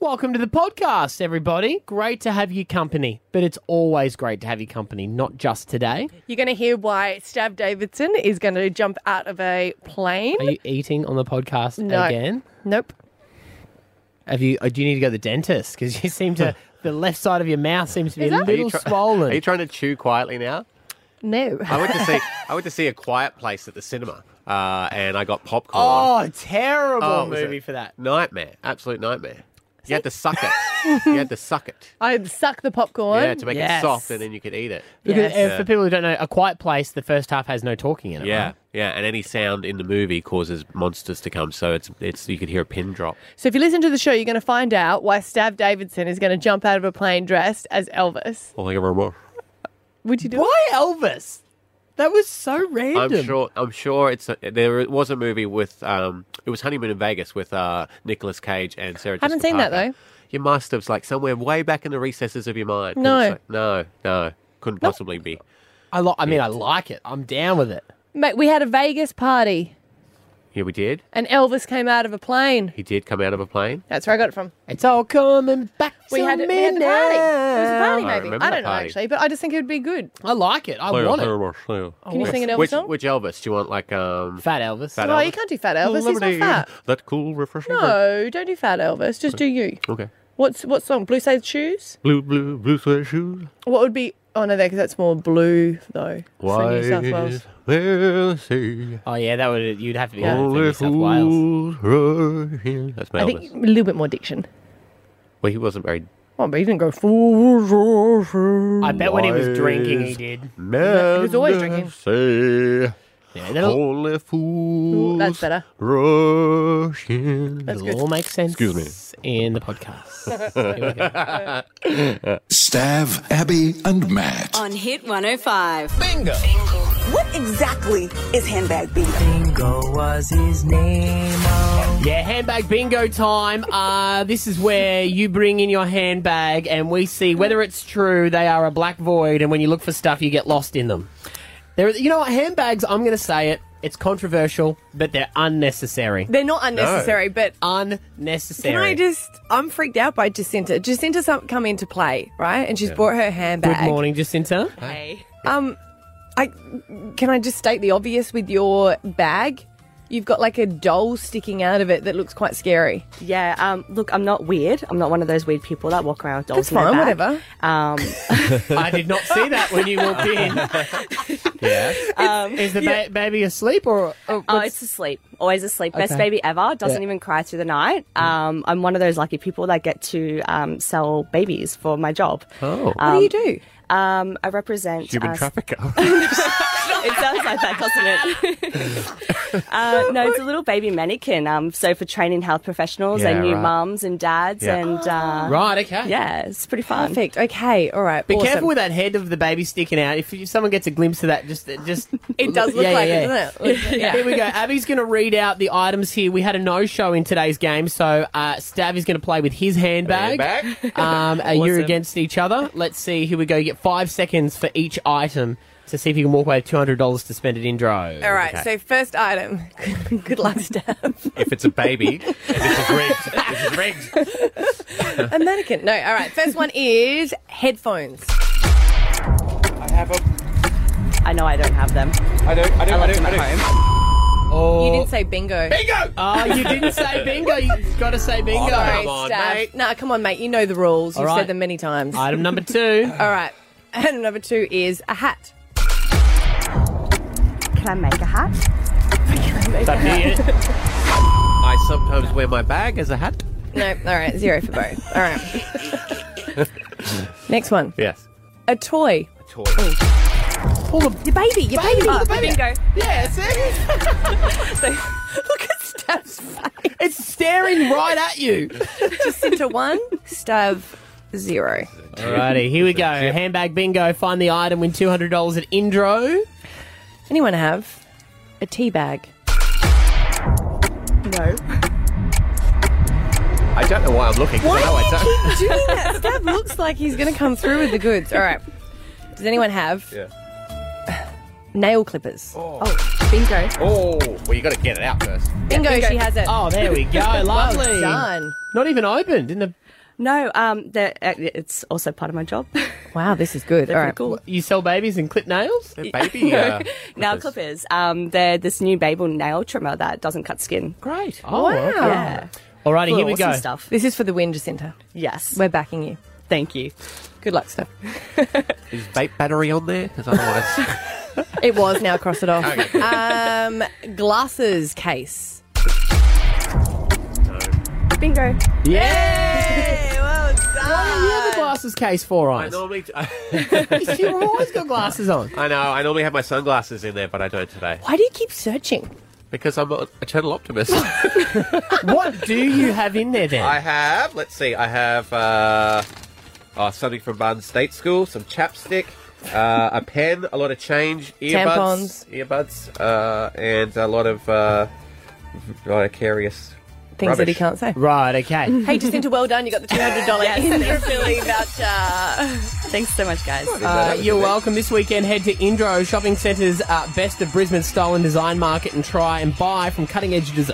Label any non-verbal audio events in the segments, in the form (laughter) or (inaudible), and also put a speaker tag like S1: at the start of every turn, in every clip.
S1: Welcome to the podcast, everybody. Great to have you company, but it's always great to have you company, not just today.
S2: You're going to hear why Stav Davidson is going to jump out of a plane.
S1: Are you eating on the podcast
S2: No.
S1: again?
S2: Nope.
S1: Have you? uh, Do you need to go to the dentist? Because you seem
S3: (laughs)
S1: to the left side of your mouth seems to be
S2: Is
S1: a
S2: that-
S1: little swollen.
S3: Are you trying to chew
S2: (laughs)
S3: quietly now?
S2: No.
S3: I went
S1: (laughs)
S3: to see I went to see a quiet place at the cinema, uh, and I got popcorn.
S1: oh, terrible
S3: Oh, was
S1: movie
S3: it?
S1: for that.
S3: Nightmare, absolute nightmare. You had to suck it. you had to suck
S1: (laughs)
S3: it.
S2: I'd suck the popcorn.
S3: Yeah, to make
S1: Yes.
S3: it soft, and then you could eat it.
S1: Because
S2: Yes.
S1: uh, for people who don't know, A Quiet Place, the first half has no talking in it.
S3: Yeah,
S1: right?
S3: yeah, and any sound in the movie causes monsters to come. So it's it's you could hear a pin drop.
S2: So if you listen to the show, you're going to find out why Stav Davidson is going to jump out of a plane dressed as Elvis.
S3: Or like a remote.
S2: Would you do it?
S1: Why Elvis? That was so random.
S3: I'm sure. I'm sure it's a, there was a movie with um, it was Honeymoon in Vegas with uh, Nicolas Cage and Sarah.
S2: Haven't
S3: Jessica
S2: seen that,
S3: Parker.
S2: though.
S3: You must have like somewhere way back in the recesses of your mind.
S2: No.
S3: It's like, no, no, couldn't possibly be.
S1: I, lo- I mean, I like it. I'm down with it.
S2: Mate, we had a Vegas party
S3: Yeah, we did.
S2: and Elvis came out of a plane.
S3: He did come out of a plane.
S2: That's where I got it from.
S1: It's all coming back
S2: We
S1: to
S2: had,
S1: me
S2: we had the party. It was a party,
S3: I
S2: maybe.
S3: remember
S2: I,
S3: that
S2: don't know,
S3: party.
S2: actually, but I just think it would be good.
S1: now. I like it. I want it.
S2: Can you sing an Elvis
S3: Which
S2: song?
S3: which Elvis do you want? Like um.
S1: Fat Elvis.
S3: Fat
S2: oh,
S3: Elvis?
S2: you can't do Fat Elvis. He's not
S3: Lemonade,
S2: fat.
S3: That cool, refreshing. drink.
S2: No, don't do Fat Elvis. Just do you.
S3: Okay.
S2: What's what song? Blue Suede Shoes?
S3: Blue, blue, blue suede shoes.
S2: What would be? Oh no, because that's more blue though. So New South Wales.
S3: there sea?
S1: Oh yeah, that would you'd have to be going for New South Wales.
S3: That's my
S2: I
S3: Elvis.
S2: think a little bit more diction.
S3: Well, he wasn't very
S2: Oh, but he didn't go full.
S1: I bet when he was drinking, he
S3: Wise.
S1: did.
S3: Man,
S2: was always drinking.
S3: Say,
S1: Yeah, that'll
S3: only fools
S2: that's better.
S3: rush in.
S2: That's
S1: it'll
S2: good.
S1: all make sense.
S3: Excuse
S1: me. In the podcast. Here we go.
S3: (laughs)
S4: Stav, Abby, and Matt.
S5: On Hit 105.
S6: What exactly is handbag bingo?
S1: Yeah, handbag bingo time. Uh, this is where you bring in your handbag and we see whether it's true they are a black void, and when you look for stuff, you get lost in them. There, you know what? Handbags. I'm going to say it. It's controversial, but they're unnecessary.
S2: They're not unnecessary, but
S1: Unnecessary.
S2: can I just? I'm freaked out by Jacinta. Jacinta's some- come into play, right? And she's brought her handbag.
S1: Good morning, Jacinta.
S2: Um, I can I just state the obvious with your bag. You've got like a doll sticking out of it that looks quite scary.
S7: Yeah, um, look, I'm not weird. I'm not one of those weird people that walk around with dolls
S2: That's
S7: in their
S2: fine,
S7: bag.
S2: whatever.
S7: Um,
S1: (laughs) I did not see that when you walked in.
S3: (laughs)
S1: yeah. is the ba- baby asleep or? or
S7: Um, oh,
S1: what's-
S7: it's asleep. Always asleep. Best
S1: Okay.
S7: baby ever. Doesn't
S1: Yeah.
S7: even cry through the night. Um, I'm one of those lucky people that get to um, sell babies for my job.
S3: Oh.
S2: What do you do?
S7: Um, I represent
S3: Human
S7: uh,
S3: trafficker.
S7: it sounds like that, doesn't it? (laughs) uh, no, it's a little baby mannequin. Um, so for training health professionals
S3: Yeah,
S7: and new
S3: right.
S7: mums and dads
S3: Yeah.
S7: and uh,
S1: right. Okay.
S7: yeah, it's pretty fun.
S2: Perfect. Okay. All right.
S1: Be
S2: awesome.
S1: careful with that head of the baby sticking out. If, if someone gets a glimpse of that, just just
S2: It does look
S1: Yeah, yeah,
S2: like
S1: (laughs) yeah.
S2: it, doesn't it? Yeah.
S1: Here we go. Abby's going to read out the items here. We had a no show in today's game, so uh, Stav is going to play with his handbag. (laughs)
S3: (laughs)
S1: Um, and You're against each other. Let's see. Here we go. You get five seconds for each item to see if you can walk away with two hundred dollars to spend at Indro.
S2: All right. So first item. (laughs) Good luck, Stab.
S3: if it's a baby, this is rigged. This is rigged.
S2: (laughs) a mannequin. No. All right. First one is headphones.
S7: I know I don't have them.
S8: I don't, I don't, I, don't, I don't.
S1: Or-
S2: You didn't say bingo. Bingo.
S1: Oh, you didn't say bingo. You've got to say bingo.
S2: Sorry,
S3: Come on,
S2: Stab.
S3: mate.
S2: Nah, come on, mate. You know the rules. You've
S1: All right.
S2: said them many (laughs) times.
S1: Item
S2: (laughs)
S1: number
S3: (laughs)
S1: two.
S2: All right. And number two is a hat.
S7: Can I make a hat?
S3: I sometimes wear my bag as a hat.
S2: (laughs)
S3: (laughs)
S2: No. All right. Zero for both. All right. Next one.
S3: Yes.
S2: A toy.
S3: A toy. Oh,
S2: Your baby. Your baby.
S7: Oh, bingo.
S1: Yeah, see?
S2: (laughs) Look at Stab's face.
S1: It's staring right at you.
S2: (laughs) Just into one. Stab. Zero.
S1: Alrighty, here we go. Handbag bingo. Find the item, win two hundred dollars at Indro.
S2: Anyone have a tea bag?
S7: No.
S3: I don't know why I'm looking. 'cause
S2: Why
S3: I know I
S2: do you
S3: don't.
S2: keep doing that? (laughs) Stav looks like he's going to come through with the goods. All right. Does anyone have
S3: Yeah.
S2: nail clippers?
S7: Bingo.
S3: Oh, well, you got to get it out first.
S2: Bingo, she has it.
S1: Oh, there we go. Lovely.
S2: Done.
S1: Not even open. Didn't the
S7: No, um, they're- uh, it's also part of my job. (laughs)
S2: Wow, this is good. All
S7: They're
S2: right.
S7: pretty cool.
S1: You sell babies and clip nails?
S7: (laughs)
S3: They're baby uh,
S7: Nail clippers. Um, they're this new Babel nail trimmer that doesn't cut skin.
S1: Great.
S2: Wow.
S1: Oh, okay. Alrighty, here we
S7: awesome
S1: go.
S7: stuff.
S2: This is for the win, Jacinta.
S7: Yes.
S2: We're backing you.
S7: Thank you.
S2: Good luck, (laughs) stuff.
S3: Is vape battery on there? Because otherwise,
S2: It was now cross it off. um, glasses case.
S7: Bingo.
S1: Yeah.
S2: well done.
S1: You have a glasses case for
S3: I
S1: eyes.
S3: normally,
S1: (laughs) You've always got glasses on.
S3: I know, I normally have my sunglasses in there, but I don't today
S2: Why do you keep searching?
S3: because I'm an eternal optimist.
S1: (laughs) What do you have in there then?
S3: I have. Let's see. I have uh, oh, something from Barton State School, some chapstick, uh, a pen, a lot of change, earbuds, earbuds, uh, and a lot of uh, vicarious
S2: (laughs) Things that he
S3: Rubbish.
S2: can't say.
S1: Right,
S2: (laughs)
S1: okay.
S2: Hey, Jacinta, well done. You got the two hundred dollars Philly voucher.
S7: Thanks so much, guys.
S1: Uh, you're welcome. This weekend, head to Indro Shopping Centre's uh, Best of Brisbane Style and Design Market and try and buy from cutting edge des-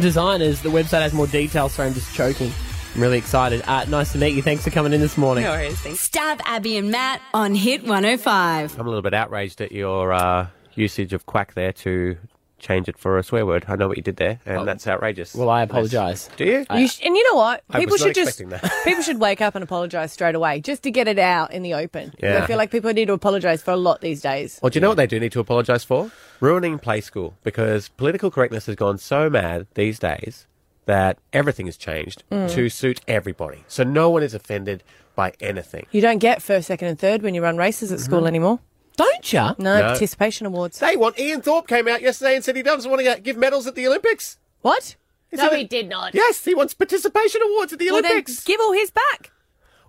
S1: designers. The website has more details, so I'm just choking. I'm really excited. Uh, nice to meet you. Thanks for coming in this morning.
S7: No worries. Thanks.
S6: Stab Abby and Matt on Hit 105.
S3: I'm a little bit outraged at your uh, usage of quack there to change it for a swear word. I know what you did there, and that's outrageous.
S1: Well, I apologise.
S3: Do you?
S2: You sh- and you know what?
S3: I was not
S2: should just
S3: expecting that. (laughs)
S2: people should wake up and apologise straight away, just to get it out in the open.
S3: Yeah.
S2: I feel like people need to apologise for a lot these days.
S3: Well, do you know what they do need to apologise for? Ruining play school because political correctness has gone so mad these days that everything has changed to suit everybody. So no one is offended by anything.
S2: You don't get first, second, and third when you run races at school anymore.
S1: Don't you?
S2: No,
S3: Mm-hmm. No.
S2: participation awards.
S3: They want Ian Thorpe came out yesterday and said he doesn't want to give medals at the Olympics.
S2: What?
S3: No, he
S2: did not.
S3: Yes, he wants participation
S1: (laughs)
S3: awards at the
S2: Well, then
S3: Olympics.
S2: give all his back.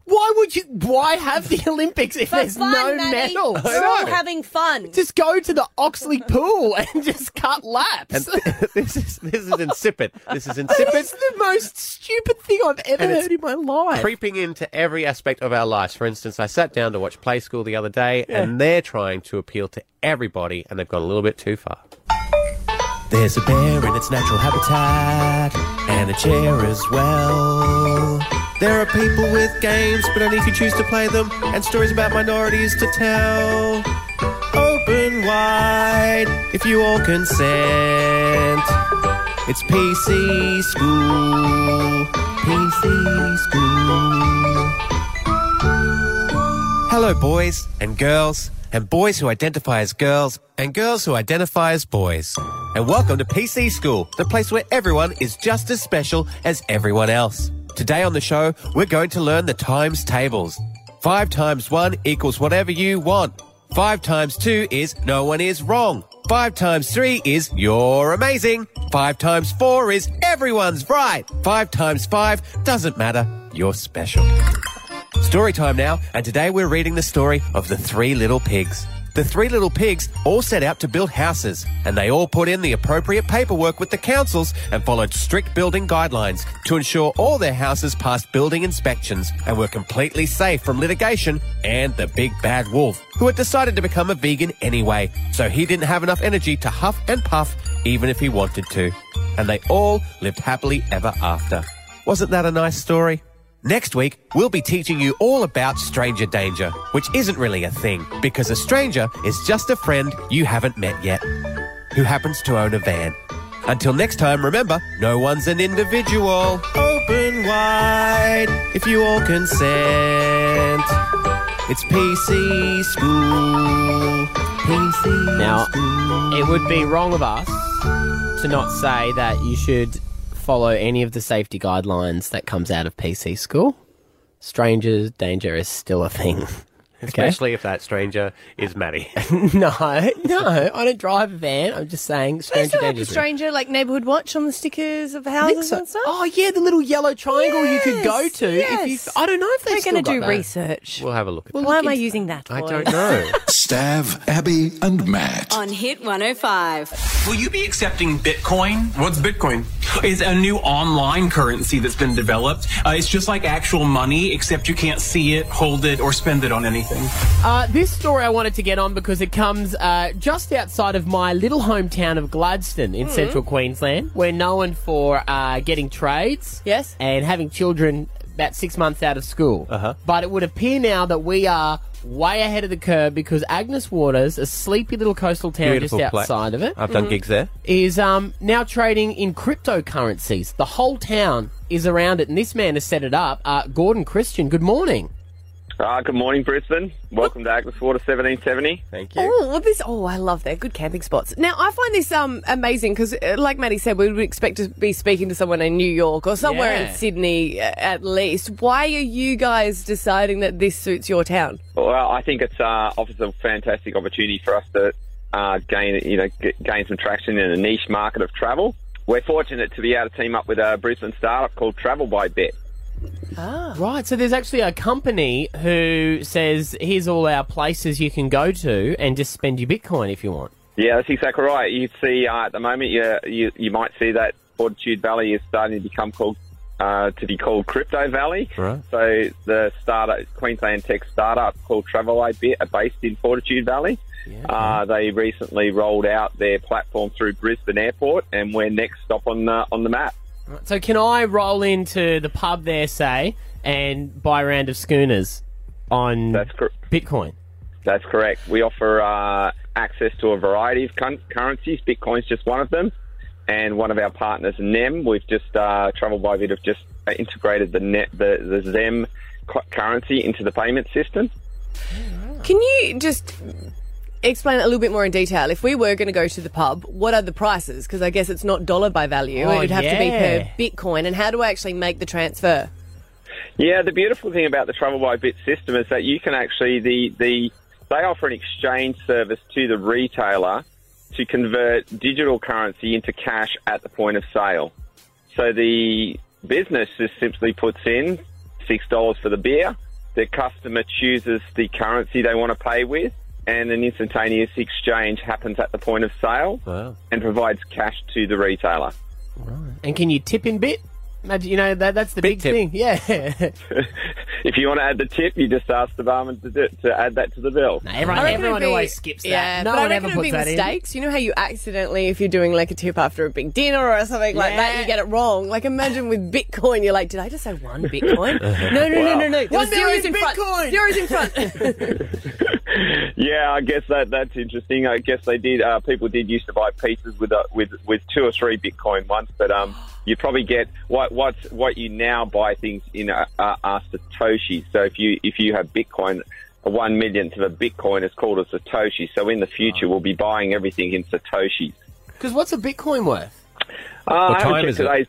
S1: Why would you? Why have the (laughs) Olympics if
S2: For
S1: there's
S2: fun,
S1: no
S2: Maddie.
S1: medals?
S2: We're all having fun.
S1: Just go to the Oxley pool (laughs) and just cut laps.
S3: this is this is insipid. This is insipid.
S1: It's the most stupid thing I've ever
S3: And it's
S1: heard in my life.
S3: creeping into every aspect of our lives. For instance, I sat down to watch Play School the other day, and they're trying to appeal to everybody, and they've gone a little bit too far. There's a bear in its natural habitat, and a chair as well. There are people with games, but only if you choose to play them, and stories about minorities to tell. Open wide, if you all consent. It's PC School. PC School. Hello, boys and girls, and boys who identify as girls, and girls who identify as boys. And welcome to PC School, the place where everyone is just as special as everyone else. Today on the show, we're going to learn the times tables. Five times one equals whatever you want. Five times two is no one is wrong. Five times three is you're amazing. Five times four is everyone's right. Five times five doesn't matter. You're special. Story time now, and today we're reading the story of the three little pigs. The three little pigs all set out to build houses, and they all put in the appropriate paperwork with the councils and followed strict building guidelines to ensure all their houses passed building inspections and were completely safe from litigation and the big bad wolf, who had decided to become a vegan anyway, so he didn't have enough energy to huff and puff even if he wanted to. And they all lived happily ever after. Wasn't that a nice story? Next week, we'll be teaching you all about stranger danger, which isn't really a thing, because a stranger is just a friend you haven't met yet, who happens to own a van. Until next time, remember, no one's an individual. Open wide if you all consent. It's PC School. PC
S1: Now,
S3: School.
S1: It would be wrong of us to not say that you should follow any of the safety guidelines that comes out of PC school. Strangers danger is still a thing. (laughs)
S3: Especially if that stranger is Maddie.
S1: No, no, I don't drive a van. I'm just saying
S2: They
S1: stranger
S2: still have
S1: danger.
S2: the
S1: is real.
S2: stranger like neighbourhood watch on the stickers of the
S1: I think
S2: houses
S1: so.
S2: and stuff.
S1: Oh yeah, the little yellow triangle you could go
S2: Yes,
S1: to if
S2: yes.
S1: you. I don't know if they're
S2: We're going to do
S1: research.
S2: research.
S3: We'll have a look at
S2: Why am I using that?
S3: I
S2: word?
S3: don't know.
S4: (laughs) Stav, Abby, and Matt.
S6: On Hit 105.
S9: Will you be accepting Bitcoin? What's Bitcoin? It's a new online currency that's been developed. Uh, it's just like actual money, except you can't see it, hold it, or spend it on anything.
S1: Uh, this story I wanted to get on because it comes uh, just outside of my little hometown of Gladstone
S10: Hmm.
S1: in central Queensland. We're known for uh, getting trades.
S2: Yes.
S1: And having children about six months out of school. Uh-huh. But it would appear now that we are way ahead of the curve because Agnes Waters, a sleepy little coastal town
S10: Beautiful
S1: just
S10: place.
S1: outside of it, Mhm.
S10: I've done gigs there.
S1: is um, now trading in cryptocurrencies. The whole town is around it, and this man has set it up. Uh, Gordon Christian, good morning.
S11: Ah, good morning, Brisbane. Welcome to Agnes Water 1770.
S10: Thank
S2: Oh, well, this. Oh, I love that. Good camping spots. Now, I find this um amazing because, like Maddie said, we would expect to be speaking to someone in New York or somewhere
S1: Yeah.
S2: in Sydney uh, at least. Why are you guys deciding that this suits your town?
S11: Well, I think it's uh, offers a fantastic opportunity for us to uh, gain, you know, g gain some traction in a niche market of travel. We're fortunate to be able to team up with a Brisbane startup called Travel by Bet.
S1: Right, so there's actually a company who says, here's all our places you can go to and just spend your Bitcoin if you want.
S11: Yeah, that's exactly right. You see, uh, at the moment, you, you you might see that Fortitude Valley is starting to become called uh, to be called Crypto Valley.
S10: Right.
S11: So the startup, Queensland tech startup called Travel A Bit, are based in Fortitude Valley. Uh, they recently rolled out their platform through Brisbane Airport, and we're next stop on the on the map.
S1: Right, So can I roll into the pub there, say, and buy a round of schooners on
S11: That's cor-
S1: Bitcoin?
S11: that's correct. We offer uh, access to a variety of cun- currencies. Bitcoin's just one of them. and one of our partners, NEM. We've just uh, Travel by Bit have just integrated the net the the ZEM cu- currency into the payment system.
S2: Can you just explain it a little bit more in detail? If we were going to go to the pub, what are the prices? Because I guess it's not dollar by value.
S1: Oh,
S2: it would have
S1: yeah.
S2: to be per Bitcoin. And how do I actually make the transfer?
S11: Yeah, the beautiful thing about the Travel by Bit system is that you can actually the the they offer an exchange service to the retailer to convert digital currency into cash at the point of sale. So the business just simply puts in six dollars for the beer. The customer chooses the currency they want to pay with, and an instantaneous exchange happens at the point of sale
S10: Wow.
S11: and provides cash to the retailer.
S1: And can you tip in Bit? Imagine, you know, that, that's the big
S10: tip.
S1: thing. Yeah. (laughs)
S11: If you want to add the tip, you just ask the barman to, do, to add that to the bill.
S1: everyone
S2: reckon
S1: everyone
S2: it'd be-
S1: always skips that.
S2: Yeah,
S1: no
S2: but
S1: one
S2: I
S1: ever
S2: reckon it'd
S1: puts
S2: be
S1: that in.
S2: mistakes. You know how you accidentally, if you're doing like a tip after a big dinner or something like that, you
S1: Yeah.
S2: get it wrong. Like imagine with Bitcoin, you're like, did I just say one
S11: (laughs)
S2: Bitcoin? (laughs) no, no, no, no, no. There
S1: One
S2: was zeros
S1: million
S2: in front.
S1: Bitcoin.
S2: Zeros in (laughs) front.
S11: Yeah, I guess that that's interesting. I guess they did. Uh, people did used to buy pizzas with uh, with with two or three Bitcoin once, but um, you probably get what what what you now buy things in uh, uh, are satoshis. So if you if you have Bitcoin. A one millionth of a Bitcoin is called a Satoshi. So in the future, we'll be buying everything in Satoshis.
S1: Because what's a Bitcoin worth?
S11: Uh,
S10: What
S11: I haven't
S10: time
S11: checked
S10: is it?
S11: today's,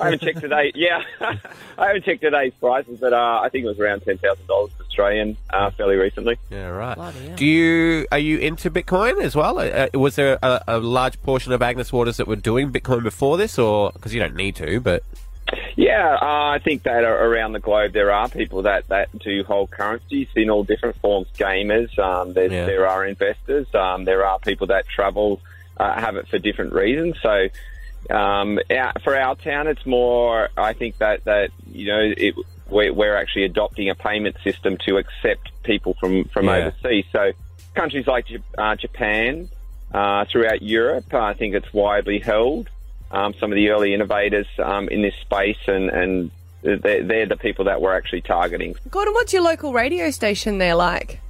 S11: I haven't checked today. (laughs) Yeah, I haven't checked today's prices, but uh, I think it was around ten thousand dollars Australian uh, fairly recently.
S10: Yeah, right. Do you are you into Bitcoin as well? Uh, uh, was there a, a large portion of Agnes Waters that were doing Bitcoin before this, or because you don't need to? But
S11: Yeah, uh, I think that are around the globe there are people that, that do hold currencies in all different forms. Gamers, um, there's,
S10: Yeah.
S11: there are investors, um, there are people that travel, uh, have it for different reasons. So um, our, for our town, it's more. I think that that you know it, we're, we're actually adopting a payment system to accept people from from
S10: Yeah.
S11: overseas. So countries like J- uh, Japan, uh, throughout Europe, I think it's widely held. Um, some of the early innovators um, in this space, and and they're, they're the people that we're actually targeting.
S2: Gordon, what's your local radio station there like?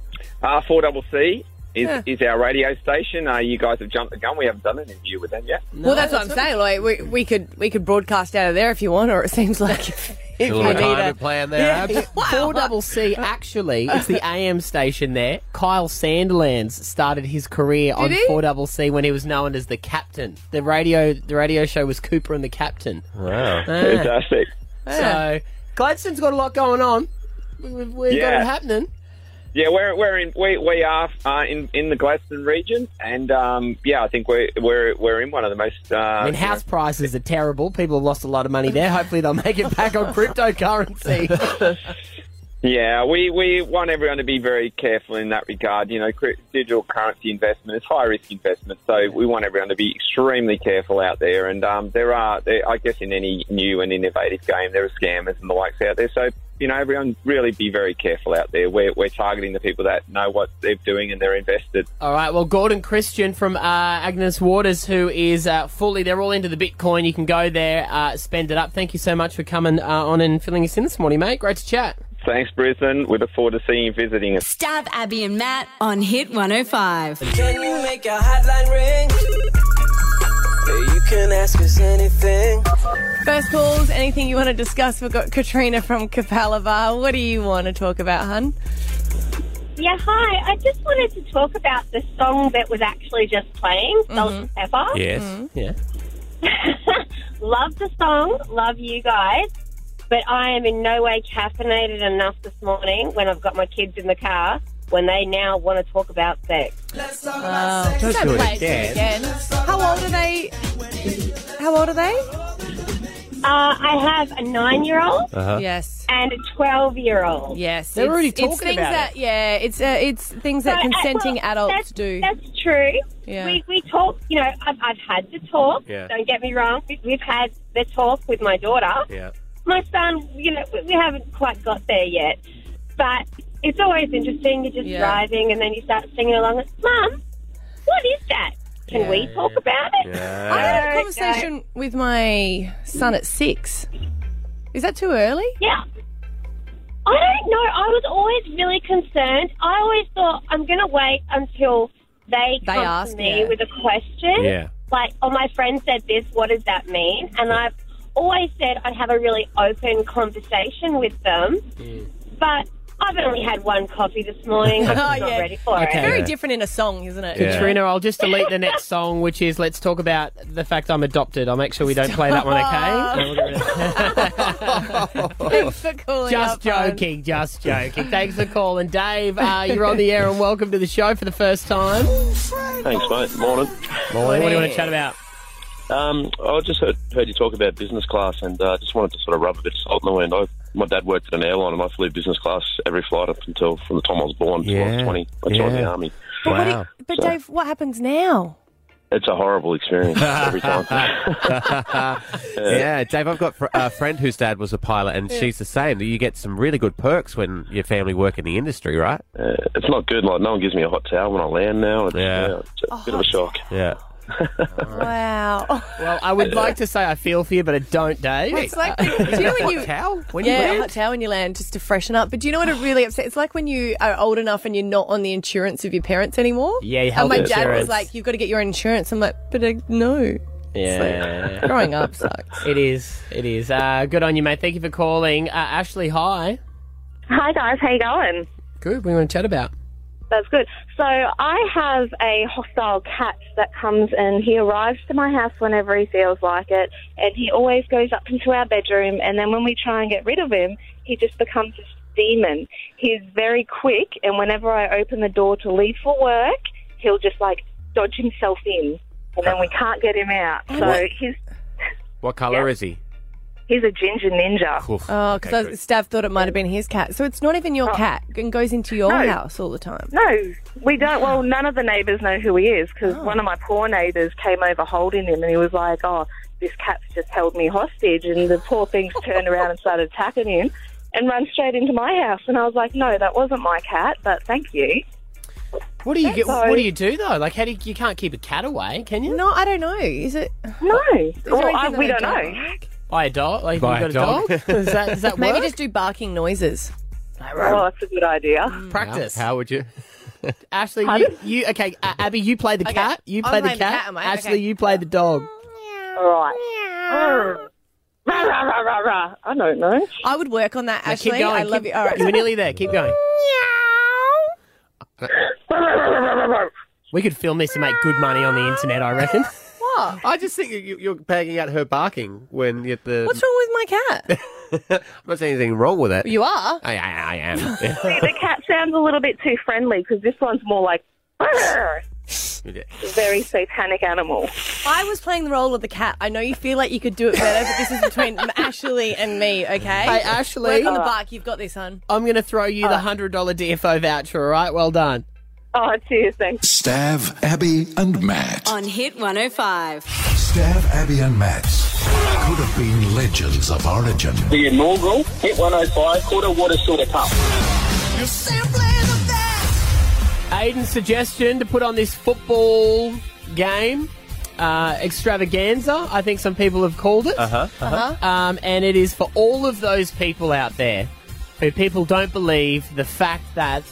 S11: Uh, 4CC is,
S2: Yeah.
S11: is our radio station. Uh, you guys have jumped the gun. We haven't done an interview with them yet.
S2: well, that's what I'm saying. Like we, we could we could broadcast out of there if you want, or it seems like if, if
S10: a
S2: you
S10: little
S2: need a
S10: retirement plan there. Abs.
S1: Four double C. Actually, it's the AM station there. Kyle Sanderlands started his career on
S2: he?
S1: Four Double C when he was known as the captain. The radio, the radio show was Cooper and the Captain.
S10: Wow.
S11: Fantastic.
S1: So Gladstone's got a lot going on. We- We've, we've got
S11: Yeah.
S1: it happening.
S11: Yeah, we're we're in we, we are uh, in in the Gladstone region, and um, yeah, I think we're we're we're in one of the most. Uh,
S1: I mean,
S11: you
S1: house prices are terrible. People have lost a lot of money there. Hopefully, they'll make it back on cryptocurrency.
S11: know- yeah, we we want everyone to be very careful in that regard. You know, cri- digital currency investment is high risk investment, so we want everyone to be extremely careful out there. And um, there are, there, I guess, in any new and innovative game, there are scammers and the likes out there. So you know, everyone really be very careful out there. We're, we're targeting the people that know what they're doing and they're invested.
S1: All right. Well, Gordon Christian from uh, Agnes Waters, who is uh, fully, they're all into the Bitcoin. You can go there, uh, spend it up. Thank you so much for coming uh, on and filling us in this morning, mate. Great to chat.
S11: Thanks, Brisbane. We look forward to seeing you visiting us.
S6: Stab Abby and Matt on Hit 105.
S12: Can you make your hotline ring? Yeah, you can ask us anything.
S2: First calls, anything you want to discuss? We've got Katrina from Capella Bar. What do you want to talk about, hun?
S13: (laughs) Yeah, hi. I just wanted to talk about the song that was actually just playing,
S7: Mm-hmm.
S13: Salt and Pepper. Mm-hmm.
S1: Yeah.
S13: love the song, love you guys, but I am in no way caffeinated enough this morning when I've got my kids in the car when they now want to talk about sex.
S2: Oh,
S13: Don't do it
S2: again. How old are they? How old are they?
S13: Uh, I have a nine year old
S2: Uh-huh. Yes.
S13: and a 12 year old.
S2: Yes. It's- it's things that, Yeah, it's uh, it's things that
S13: So, uh,
S2: consenting
S13: well,
S2: adults do.
S13: That's true.
S2: Yeah.
S13: We, we talk, you know, I've, I've had the talk.
S2: Yeah.
S13: Don't get me wrong. We- We've had the talk with my daughter.
S10: Yeah.
S13: My son, you know, we- we haven't quite got there yet. But it's always interesting. You're just
S14: Yeah.
S13: driving and then you start singing along. Mum, what is that? Can we talk about it?
S2: I had a
S12: uh,
S2: conversation with my son at six. Is that too early?
S13: Yeah. I don't know. I was always really concerned. I always thought I'm going to wait until they,
S2: They
S13: come
S2: ask,
S13: to me
S2: yeah.
S13: with a question.
S2: Yeah.
S13: Like, oh, my friend said this. What does that mean? And I've always said I'd have a really open conversation with them.
S2: Mm.
S13: But I've only had one coffee this morning.
S2: (laughs)
S13: I'm
S2: Oh,
S13: just not ready for
S1: Okay.
S13: it.
S1: Very Yeah.
S2: different in a song, isn't it?
S1: Katrina, I'll just delete the next song, which is Let's Talk About the Fact I'm Adopted. I'll make sure we don't play that one,
S2: (laughs)
S1: okay? No, we'll get rid of
S2: Thanks for calling.
S1: (laughs) Just joking, just joking. Thanks for calling, Dave. Uh, you're on the air and welcome to the show for the first time.
S15: Thanks, mate. Morning.
S1: Morning. What do you want to chat about?
S15: Um, I just heard, heard you talk about business class, and uh, just wanted to sort of rub a bit of salt in the wound. I, my dad worked at an airline, and I flew business class every flight up until from the time I was born until I was
S3: Yeah.
S15: twenty. I joined
S3: Yeah.
S15: the army.
S2: Wow. But Dave, what happens now?
S15: It's a horrible experience every time.
S10: (laughs)
S3: (laughs)
S10: yeah, Dave, I've got fr- a friend whose dad was a pilot, and
S2: Yeah.
S10: she's the same. You get some really good perks when your family work in the industry, right?
S15: Uh, it's not good. Like no one gives me a hot towel when I land now. It's, yeah. it's a bit of a shock.
S10: Yeah.
S2: Wow.
S1: Well, I would like to say I feel for you, but I don't, Dave.
S2: It's like (laughs) do you know when you
S1: towel when you
S2: yeah,
S1: land?
S2: a hot towel when you land just to freshen up. But do you know what it really upset? It's like when you are old enough and you're not on the insurance of your parents anymore.
S1: Yeah,
S2: and
S1: health
S2: my dad
S1: insurance.
S2: was like, "You've got to get your insurance." I'm like, "But I, no."
S1: Yeah.
S2: like, growing up sucks.
S1: It is. It is. Uh, good on you, mate. Thank you for calling. Uh, Ashley, hi.
S16: Hi guys, how you going?
S1: Good. What do you want to chat about?
S16: That's good. So I have a hostile cat that comes and he arrives to my house whenever he feels like it, and he always goes up into our bedroom. And then when we try and get rid of him, he just becomes this demon. He's very quick, and whenever I open the door to leave for work, he'll just like dodge himself in, and then we can't get him out. So
S10: What?
S16: he's
S10: What colour is he?
S16: he's a ginger ninja.
S10: Oof.
S2: Oh, because
S16: Okay, good.
S2: Stav thought it might have been his cat. So it's not even
S1: Oh.
S2: your cat and goes into your
S16: No.
S2: house all the time.
S16: No, we don't.
S2: (sighs)
S16: Well, none of the neighbours know who he is
S2: Oh.
S16: because one of my poor neighbours came over holding him, and he was like, "Oh, this cat's just held me hostage." And the poor thing's turned around and started attacking him, and run straight into my house. And I was like, "No, that wasn't my cat, but thank you."
S1: What do you get?
S16: So-
S1: What do you do though? Like, how do you, you can't keep a cat away, can you?
S2: No, I don't know. Is it?
S16: No.
S2: there
S16: Well, I,
S2: anything
S16: we
S2: that
S16: don't
S2: they
S16: know.
S1: By a dog? Like,
S2: Buy
S1: you
S2: a
S1: got a
S2: (laughs)
S1: dog?
S2: dog.
S1: Oh. (laughs) does that, does that
S2: Maybe
S1: work?
S2: just do barking noises. Mm.
S16: Oh, that's a good idea.
S1: Practice.
S10: How would you?
S1: Ashley, you,
S16: Pardon?
S1: you okay? Uh, Abby, you play the
S2: Okay.
S1: cat. You
S2: I'm
S1: play the
S2: playing the
S1: cat.
S2: cat, am I?
S1: Ashley,
S2: Okay.
S1: you play the dog.
S16: All right. Rah, rah, rah, rah, rah. I don't know.
S2: I would work on that,
S1: Now
S2: Ashley.
S1: keep going.
S2: I love
S1: keep,
S2: you. All right.
S1: you were nearly there. Keep going. We could film this and make good money on the internet, I reckon.
S2: What?
S10: I just think you, you're bagging out her barking when you're at the.
S2: What's wrong with my cat?
S10: I'm not saying anything wrong with it.
S2: You are.
S10: I, I,
S2: (laughs)
S10: I am.
S16: (laughs) See, the cat sounds a little bit too friendly because this one's more like.
S2: (laughs)
S16: "Brr." Very satanic animal.
S2: (laughs) I was playing the role of the cat. I know you feel like you could do it better, but this is between (laughs) Ashley and me, okay?
S1: Hey, Ashley.
S2: Work on the bark. You've got this, hun.
S1: I'm going to throw you the $100 DFO voucher, all right? Well done.
S16: Uh. Oh, cheers, thanks.
S4: Stav, Abby, and Matt.
S6: On Hit 105.
S4: Stav, Abby, and Matt could have been legends of origin.
S14: The inaugural Hit 105 quarter water soda cup.
S1: Aiden's suggestion to put on this football game uh, extravaganza, I think some people have called it.
S10: Uh-huh,
S1: uh-huh. Um, and it is for all of those people out there who people don't believe the fact that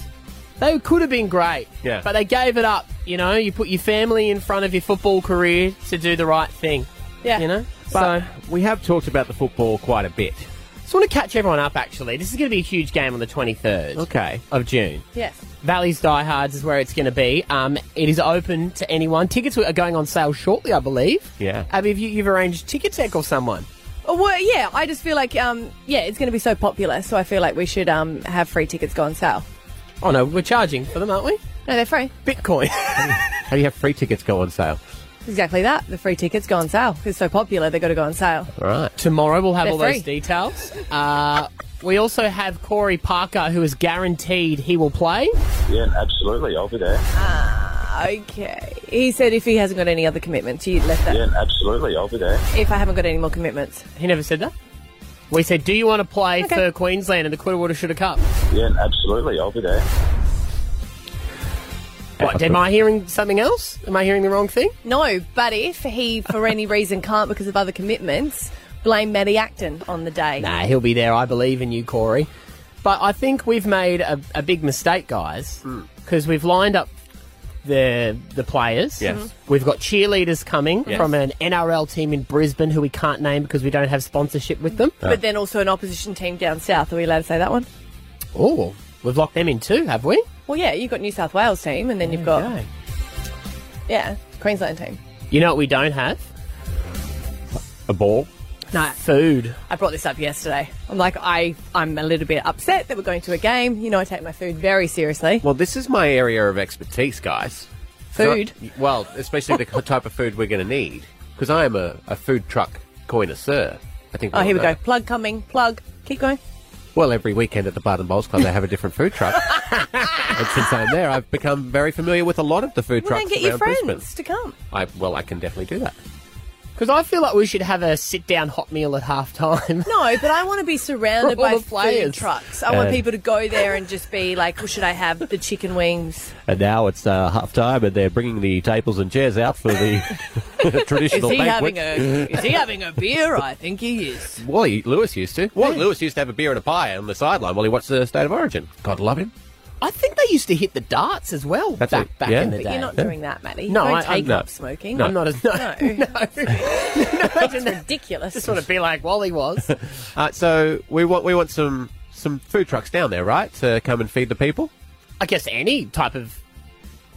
S1: they could have been great,
S10: Yeah.
S1: but they gave it up. You know, you put your family in front of your football career to do the right thing. Yeah. You know?
S3: But
S1: so.
S3: we have talked about the football quite a bit.
S1: Just want to catch everyone up, actually. This is going to be a huge game on the 23rd okay. of June.
S2: Yes.
S1: Valley's Diehards is where it's going to be. Um, it is open to anyone. Tickets are going on sale shortly, I believe.
S10: Yeah.
S1: Abby, have you, you've arranged ticket tech or someone.
S2: Oh, well, yeah, I just feel like, um, yeah, it's going to be so popular, so I feel like we should um, have free tickets go on sale.
S1: Oh no, we're charging for them, aren't we?
S2: No, they're free.
S1: Bitcoin.
S3: (laughs) How do you have free tickets go on sale?
S2: Exactly that. The free tickets go on sale. It's so popular, they've got to go on sale.
S3: All right.
S1: Tomorrow we'll have
S2: They're
S1: all
S2: free.
S1: those details. Uh, we also have Corey Parker, who is guaranteed he will play.
S15: Yeah, absolutely. I'll be there.
S2: Ah, Okay. He said if he hasn't got any other commitments, he left that.
S15: Yeah, absolutely. I'll be there.
S2: If I haven't got any more commitments.
S1: He never said that? We said, do you want to play for Queensland in the Quarterwater Shooter Cup?
S15: Yeah, absolutely. I'll be there.
S1: What, am I hearing something else? Am I hearing the wrong thing?
S2: No, but if he, for any reason, can't because of other commitments, blame Matty Acton on the day.
S1: Nah, he'll be there. I believe in you, Corey. But I think we've made a, a big mistake, guys, because we've lined up the the players. Mm-hmm.
S10: Yes. Mhm.
S1: We've got cheerleaders coming
S10: Yes.
S1: from an NRL team in Brisbane who we can't name because we don't have sponsorship with them.
S2: But then also an opposition team down south. Are we allowed to say that one?
S1: oh, we've locked them in too, have we?
S2: Well, yeah, you've got New South Wales team, and then you've got yeah Queensland team.
S1: You know what we don't have?
S3: A ball.
S2: No
S1: food.
S2: I brought this up yesterday. I'm like, I I'm a little bit upset that we're going to a game. You know, I take my food very seriously.
S3: Well, this is my area of expertise, guys.
S2: Food?
S3: Not- well, especially
S2: (laughs)
S3: the type of food we're going to need, because I am a, a food truck connoisseur. I think.
S2: Oh,
S3: we
S2: here we
S3: all
S2: go.
S3: know.
S2: Plug coming. Plug. Keep going.
S3: Well, every weekend at the Barton Bowls Club, they have a different
S2: (laughs)
S3: food truck. and since I'm there, I've become very familiar with a lot of the food
S2: Well,
S3: trucks
S2: then get your
S3: around
S2: friends
S3: Brisbane.
S2: to come.
S3: I, well, I can definitely do that.
S1: Because I feel like we should have a sit down hot meal at half time.
S2: No, but I want to be surrounded
S1: All
S2: by
S1: the
S2: food
S1: players.
S2: trucks. I want
S1: And-
S2: people to go there and just be like, well, should I have the chicken wings?
S3: And now it's uh, half time, and they're bringing the tables and chairs out
S2: (laughs)
S3: for the (laughs) traditional
S2: is he having
S3: banquet.
S2: a Is he having a beer? I think he is.
S3: (laughs) Wally Lewis used to. Wally Lewis used to have a beer and a pie on the sideline while he watched the State of Origin. God love him.
S1: I think they used to hit the darts as well
S3: That's
S1: back,
S3: it,
S1: back
S3: yeah.
S1: in the
S3: But
S1: day.
S3: you're
S2: not doing that, Matty.
S1: No,
S2: Don't
S1: I- I-
S2: take
S1: no.
S2: up smoking.
S1: No. I'm not as- (laughs) no.
S2: no. That's ridiculous.
S1: Just want to be like Wally was.
S3: (laughs) Uh, so we want we want some some food trucks down there, right, to come and feed the people.
S1: I guess any type of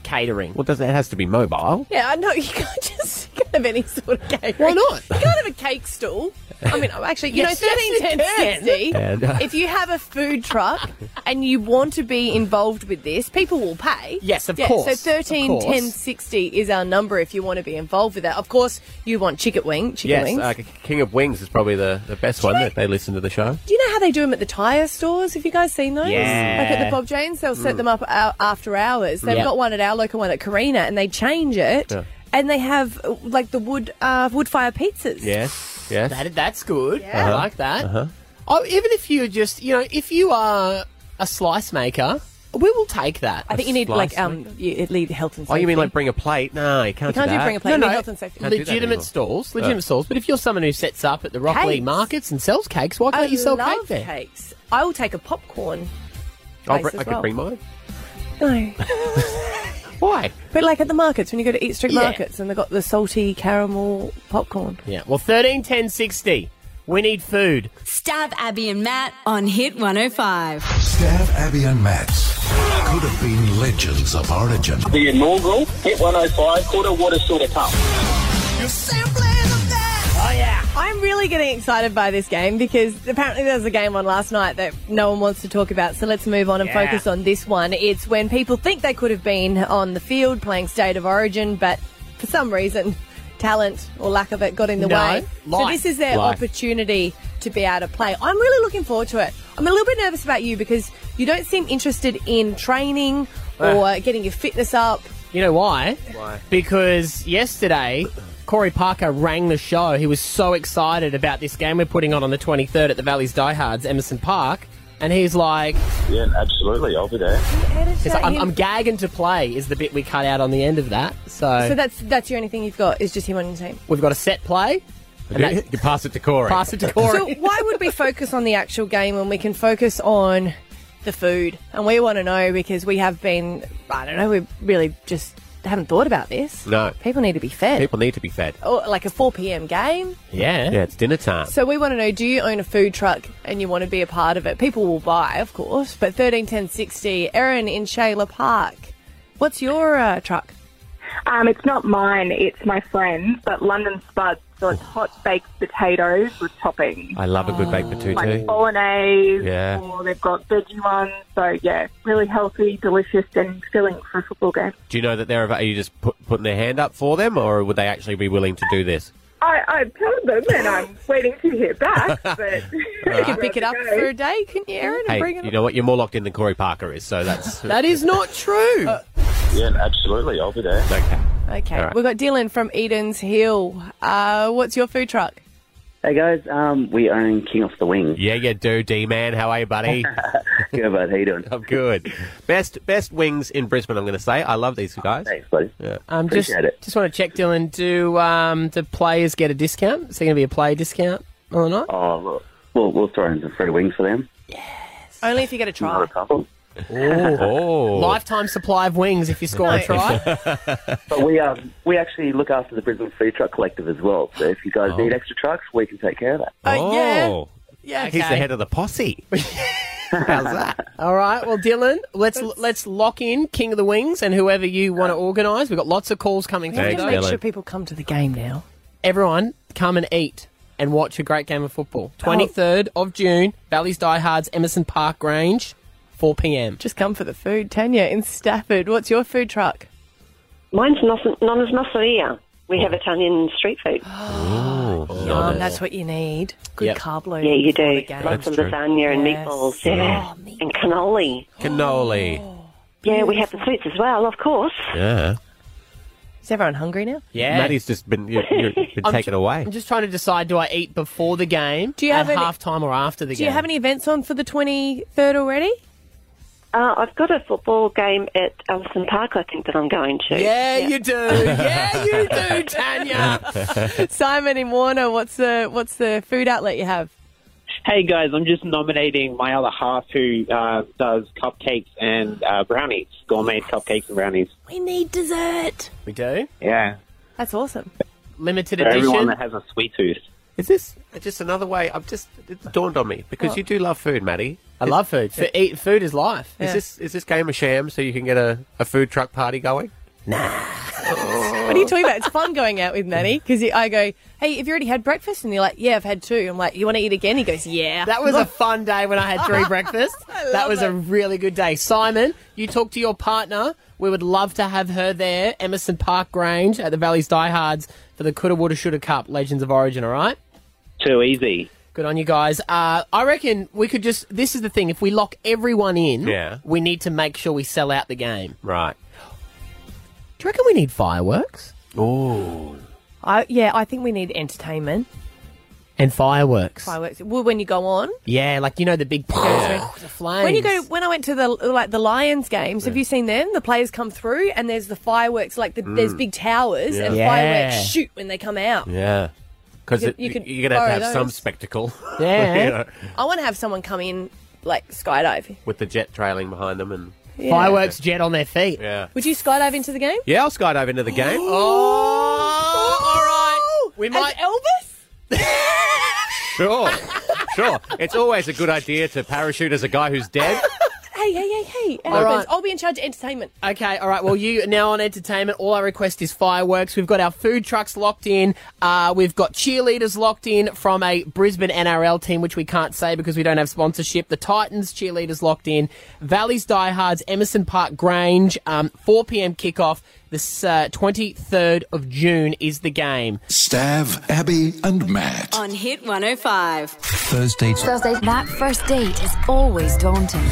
S1: catering.
S3: Well, does it has to be mobile?
S2: Yeah, I know. (laughs) You can't just you can't have any sort of cake. Why
S1: not?
S2: You can't have a cake stall. I mean, oh, actually, you
S1: Yes,
S2: know,
S1: yes, you
S2: 13, 10,
S1: can.
S2: 60,
S3: And, uh,
S2: if you have a food truck and you want to be involved with this, people will pay.
S1: Yes, of
S2: Yeah,
S1: course,
S2: So
S1: of
S2: 13, 10,
S1: course.
S2: 60 is our number if you want to be involved with that. Of course, you want chicken wing, chicken
S3: Yes,
S2: wings.
S3: uh, King of Wings is probably the, the best one that they listen to the show.
S2: Do you know how they do them at the tyre stores? Have you guys seen those?
S3: Yeah.
S2: Like at the Bob James, they'll set
S3: Mm.
S2: them up ou- after hours. They've
S3: Yep.
S2: got one at our local one at Karina, and they change it.
S3: Yeah.
S2: And they have uh, like the wood uh, wood fire pizzas.
S3: Yes, yes.
S1: That, that's good.
S2: Yeah.
S1: I like that.
S3: Uh-huh.
S1: Oh, even if you just, you know, if you are a slice maker, we will take that.
S2: I think you need like um, you, it lead health and
S3: Oh,
S2: safety.
S3: you mean like bring a plate? No, you can't.
S2: You can't
S3: do
S2: do
S3: that.
S2: bring a plate.
S1: No,
S2: you need
S1: no,
S2: health and safety.
S1: legitimate stalls, legitimate stalls. But if you're someone who sets up at the Rockley
S2: Cakes.
S1: markets and sells cakes, why can't
S2: I
S1: you sell
S2: love
S1: cake there?
S2: Cakes. I will take a popcorn.
S3: I'll
S2: place
S3: bring-
S2: as
S3: I could
S2: well.
S3: bring mine.
S2: No,
S3: (laughs) Why?
S2: but like at the markets when you go to Eat Street
S1: Yeah.
S2: Markets and they have got the salty caramel popcorn.
S1: Yeah. Well, thirteen, ten, sixty. We need food.
S6: Stab Abby and Matt on Hit 105.
S4: Stav, Abby, and Matt could have been legends of origin.
S14: The inaugural Hit 105 quarter water soda cup.
S2: Oh yeah! I'm really getting excited by this game because apparently there was a game on last night that no one wants to talk about. So let's move on and
S17: Yeah.
S2: focus on this one. It's when people think they could have been on the field playing State of Origin, but for some reason, talent or lack of it got in the
S17: No.
S2: way. So
S17: Life.
S2: this is their
S17: Life.
S2: opportunity to be able to play. I'm really looking forward to it. I'm a little bit nervous about you because you don't seem interested in training
S17: Ah.
S2: or getting your fitness up.
S1: You know why?
S3: Why?
S1: Because yesterday, Corey Parker rang the show. He was so excited about this game we're putting on on the 23rd at the Valley's Diehards, Emerson Park. And he's like,
S15: Yeah, absolutely. I'll be there.
S1: he's like, I'm, I'm gagging to play, is the bit we cut out on the end of that. So,
S2: So that's that's your only thing you've got is just him on your team.
S1: we've got a set play. And
S3: You
S1: that-
S3: can pass it to Corey.
S1: Pass it to Corey.
S2: So why would we focus on the actual game when we can focus on the food? And we want to know because we have been I don't know we really just haven't thought about this.
S3: No.
S2: People need to be fed.
S3: People need to be fed.
S2: Or like a 4 p.m. game.
S1: Yeah.
S3: Yeah, it's dinner time.
S2: So we want to know: Do you own a food truck and you want to be a part of it? People will buy, of course. But thirteen ten sixty, Erin in Shayla Park. What's your uh, truck?
S17: Um, it's not mine, it's my friend's, but London Spuds. So it's hot baked potatoes with toppings.
S3: I love a good baked
S16: Oh
S17: Like
S3: potato.
S17: bolognese,
S3: Yeah.
S17: or they've got veggie ones. So yeah, really healthy, delicious, and filling for a football game.
S3: Do you know that they're? Are you just put, putting their hand up for them, or would they actually be willing to do this?
S17: I, I told them, and
S2: (laughs)
S17: I'm waiting to hear back. But (laughs)
S2: You could pick it up for a day, couldn't you, Erin?
S3: Hey,
S2: and bring it
S3: you know what? You're more locked in than Corey Parker is, so that's
S2: That is (laughs) not true.
S15: Yeah, absolutely. I'll be there.
S3: Okay.
S2: Uh, Okay,
S3: All right.
S2: we've got Dylan from Eden's Hill. Uh, what's your food truck?
S18: Hey guys, um, we own King Off the Wing.
S3: Yeah, you do, D man. How are you, buddy?
S18: (laughs) good, bud. How you doing?
S3: I'm good. Best best wings in Brisbane. I'm going to say. I love these guys. Thanks,
S18: Oh, buddy.
S3: Yeah.
S1: Um, just, just want to check, Dylan. Do um, do players get a discount? Is there going to be a play discount or not?
S18: Oh, look, we'll we'll throw in some free wings for them.
S2: Only if you get a
S18: Not
S2: try.
S18: a problem.
S3: Oh.
S1: Lifetime supply of wings if you score a try.
S18: but we um we actually look after the Brisbane Food Truck Collective as well. So if you guys need extra trucks, we can take care of that.
S3: Oh,
S1: yeah.
S3: He's the
S1: okay.
S3: head of the posse. How's that?
S1: All right. Well, Dylan, let's let's lock in King of the Wings and whoever you want to organise. We've got lots of calls coming
S2: We have
S1: through.
S2: to make sure people come to the game now.
S1: Everyone, come and eat and watch a great game of football.
S2: Oh.
S1: Twenty third of June, Valley's Diehards, Emerson Park Grange, four pm.
S2: Just come for the food. Tanya in Stafford, what's your food truck?
S19: Mine's Nos- Nonna's Masseria. We have Italian street
S2: (gasps)
S19: food.
S3: Oh,
S2: Yum, that's what you need. Good carb load.
S19: Yeah, you
S2: before the
S19: do.
S2: game.
S19: Lots of lasagna and
S2: Yes.
S19: meatballs. Yeah.
S1: Oh,
S19: and cannoli.
S3: Cannoli.
S19: Yeah, we have the sweets as well, of course.
S3: Yeah.
S2: Is everyone hungry now?
S1: Yeah.
S3: Maddie's just been you, you've been
S1: (laughs) I'm
S3: taken
S1: ju-
S3: away.
S1: I'm just trying to decide: do I eat before the game? Do
S2: you have
S1: at
S2: any-
S1: half time or after the
S2: Do
S1: game?
S2: you have any events on for the 23rd already?
S19: Uh, I've got a football game at Ellison Park, I think, that I'm going to.
S1: Yeah, you do. (laughs) Yeah, you do,
S3: (laughs)
S1: Tanya.
S2: Simon in Warner, what's the what's the food outlet you have?
S8: Hey guys, I'm just nominating my other half who uh, does cupcakes and uh, brownies, gourmet cupcakes and brownies.
S2: We need dessert.
S1: We do.
S8: Yeah,
S2: That's awesome.
S1: Limited
S8: for everyone
S1: edition.
S8: that has a sweet tooth.
S3: Is this just another way? I've just it dawned on me because
S1: What?
S3: you do love food, Maddie.
S1: I love food. F- eat, food is
S2: (laughs)
S1: life.
S3: Is this is this game a sham so you can get a, a food truck party going? (laughs)
S2: What are you talking about? It's fun going out with Manny because I go, hey, have you already had breakfast? And you're like, yeah, I've had two. I'm like, you want to eat again? He goes, yeah.
S1: That
S2: (laughs)
S1: was a fun day when I had three breakfasts. That was a really good day. Simon, you talk to your partner. We would love to have her there, Emerson Park Grange at the Valley's Diehards for the Coulda Woulda Shoulda Cup Legends of Origin, all right?
S8: Too easy.
S3: (laughs)
S1: Good on you guys. Uh, I reckon we could just. This is the thing. If we lock everyone in,
S3: Yeah.
S1: we need to make sure we sell out the game.
S3: Right.
S1: Do you reckon we need fireworks?
S3: Oh.
S2: I, yeah, I think we need entertainment.
S1: And fireworks.
S2: Fireworks. Well, when you go on,
S1: Yeah, like, you know, the big. (laughs) the flames.
S2: When you go, when I went to the like the Lions games, have you seen them? The players come through, and there's the fireworks. Like the, there's
S3: Mm.
S2: big towers,
S3: Yeah.
S2: and
S3: Yeah.
S2: fireworks shoot when they come out.
S3: Yeah. Because
S2: You
S3: you
S2: could- you could
S3: are going to have to have
S2: borrow
S3: some
S2: those.
S3: spectacle. (laughs)
S1: (laughs) Yeah.
S3: You know,
S2: I want to have someone come in like skydive.
S3: with the jet trailing behind them and
S2: Yeah.
S1: Fireworks jet on their feet.
S3: Yeah.
S2: Would you skydive into the game?
S3: Yeah, I'll skydive into the
S2: (gasps)
S3: game.
S1: Oh, all right. We
S2: might Elvis.
S3: Sure. sure. It's always a good idea to parachute as a guy who's dead.
S2: Hey, hey, hey, hey!
S1: All
S2: Elvis.
S1: right.
S2: I'll be in charge of entertainment.
S1: Okay, all right. Well, you are now on entertainment. All I request is fireworks. We've got our food trucks locked in. Uh, we've got cheerleaders locked in from a Brisbane NRL team, which we can't say because we don't have sponsorship. The Titans cheerleaders locked in. Valley's Diehards, Emerson Park Grange, um, 4 p.m. kickoff. This uh, 23rd of June is the game.
S4: Stav, Abby, and Matt.
S6: On Hit 105.
S4: Thursday.
S6: That first date is always daunting.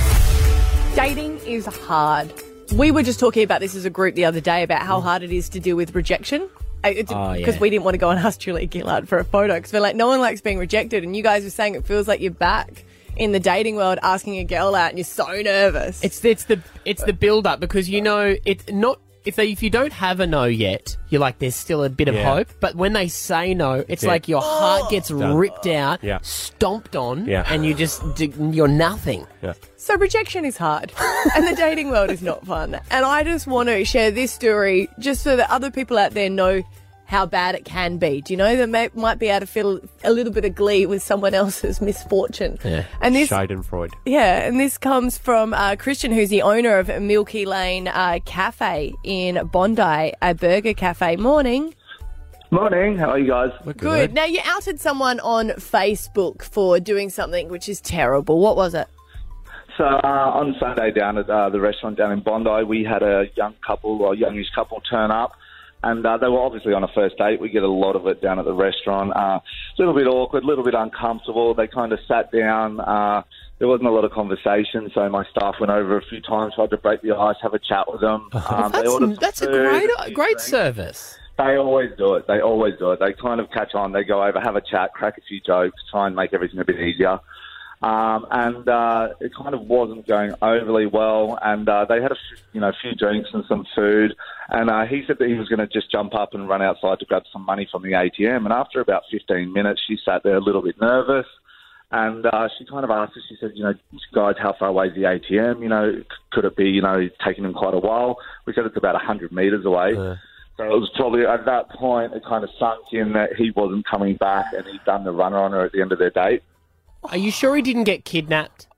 S2: Dating is hard. we were just talking about this as a group the other day about how hard it is to deal with rejection. Because
S1: Oh, yeah.
S2: we didn't want to go and ask Julia Gillard for a photo because we're like, no one likes being rejected. And you guys were saying it feels like you're back in the dating world asking a girl out and you're so nervous.
S1: It's it's the it's the build up because you know it's not if they if you don't have a no yet, you're like there's still a bit of
S3: Yeah.
S1: hope. But when they say no, it's
S3: Yeah.
S1: like your
S20: Oh.
S1: heart gets
S3: Done.
S1: ripped out,
S3: Yeah.
S1: stomped on,
S3: Yeah.
S1: and you just d- you're nothing.
S3: Yeah.
S2: So rejection is hard, and the dating world is not fun. And I just want to share this story just so that other people out there know how bad it can be. Do you know that may, might be able to feel a little bit of glee with someone else's (laughs) misfortune?
S3: Yeah.
S2: And this-
S3: Schadenfreude.
S2: Yeah, and this comes from uh, Christian, who's the owner of Milky Lane uh, Cafe in Bondi, a burger cafe. Morning.
S20: Morning. How are you guys?
S2: Good. Now you outed someone on Facebook for doing something which is terrible. What was it?
S20: So uh, on Sunday down at uh, the restaurant down in Bondi, we had a young couple or youngish couple turn up, and uh, they were obviously on a first date. We get a lot of it down at the restaurant. A uh, little bit awkward, a little bit uncomfortable. They kind of sat down. Uh, there wasn't a lot of conversation, so my staff went over a few times, tried to break the ice, have a chat with them. Um, they ordered some
S1: that's that's a
S20: food.
S1: great great service.
S20: They always do it. They always do it. They kind of catch on. They go over, have a chat, crack a few jokes, try and make everything a bit easier. Um, and uh, it kind of wasn't going overly well. And uh, they had a few, you know a few drinks and some food. And uh, he said that he was going to just jump up and run outside to grab some money from the ATM. And after about 15 minutes, she sat there a little bit nervous. And uh, she kind of asked us, she said, you know, guys, how far away is the ATM? You know, c- could it be, you know, taking them quite a while? We said it's about 100 metres away. So it was probably at that point, it kind of sunk in that he wasn't coming back and he'd done the runner on her at the end of their date.
S1: Are you sure he didn't get kidnapped?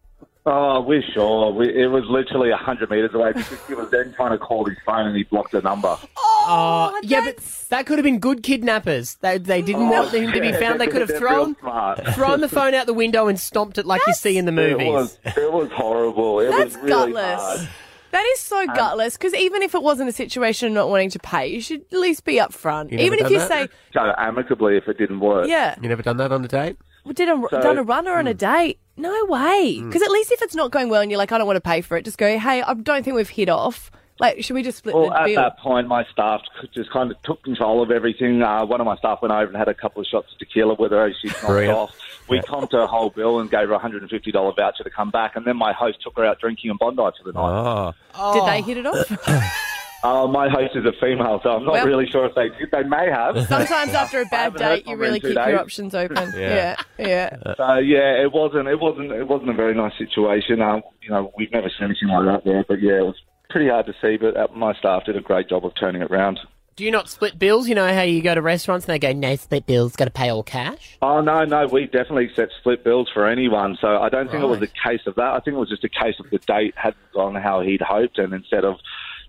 S20: Oh, we're sure. We, it was literally 100 metres away because he was then trying to call his phone and he blocked the number.
S1: Oh, yeah, but that could have been good kidnappers. They, they didn't
S20: Oh,
S1: want him to be
S20: yeah,
S1: found. They could
S20: (laughs)
S1: have
S20: they're real
S1: thrown
S20: smart.
S1: thrown the phone out the window and stomped it like you see in the movies.
S20: It was, it was horrible. It
S2: That's
S20: was really
S2: gutless.
S20: hard.
S2: That is so
S3: Um,
S2: gutless because even if it wasn't a situation of not wanting to pay, you should at least be upfront. Even if you say,
S20: Go amicably if it didn't work.
S2: Yeah.
S3: You never done that on a date?
S2: well, did a,
S3: So-
S2: done a runner on a
S20: mm.
S2: date, no way.
S3: Mm.
S2: Because at least if it's not going well and you're like, I don't want to pay for it, just go, hey, I don't think we've hit off. Like, should we just split
S20: Well,
S2: the
S20: at
S2: bill?
S20: that point, my staff just kind of took control of everything. Uh, one of my staff went over and had a couple of shots of tequila with her. She knocked
S3: Brilliant.
S20: off. We comped her whole bill and gave her a $150 voucher to come back. And then my host took her out drinking in Bondi for the night.
S2: Did
S3: Oh.
S2: they hit it off?
S3: (laughs)
S2: (laughs)
S20: Uh, my host is a female, so I'm not
S2: Well-
S20: really sure if they did. They may have.
S2: Sometimes after a bad
S20: haven't heard
S2: date, you
S20: from her in
S2: really
S20: two
S2: keep your
S20: days.
S2: options
S3: (laughs)
S2: open.
S20: Yeah.
S2: yeah, yeah.
S20: So yeah, it wasn't. It wasn't. It wasn't a very nice situation. Um, you know, we've never seen anything like that there. But yeah, it was pretty hard to see. But uh, my staff did a great job of turning it round.
S1: Do you not split bills? You know how you go to restaurants and they go, no split bills, got to pay
S20: (gasps)
S1: all cash?
S20: Oh no, no, we definitely accept split bills for anyone. So I don't think it was a case of that. I think it was just a case of the date hadn't gone how he'd hoped, and instead of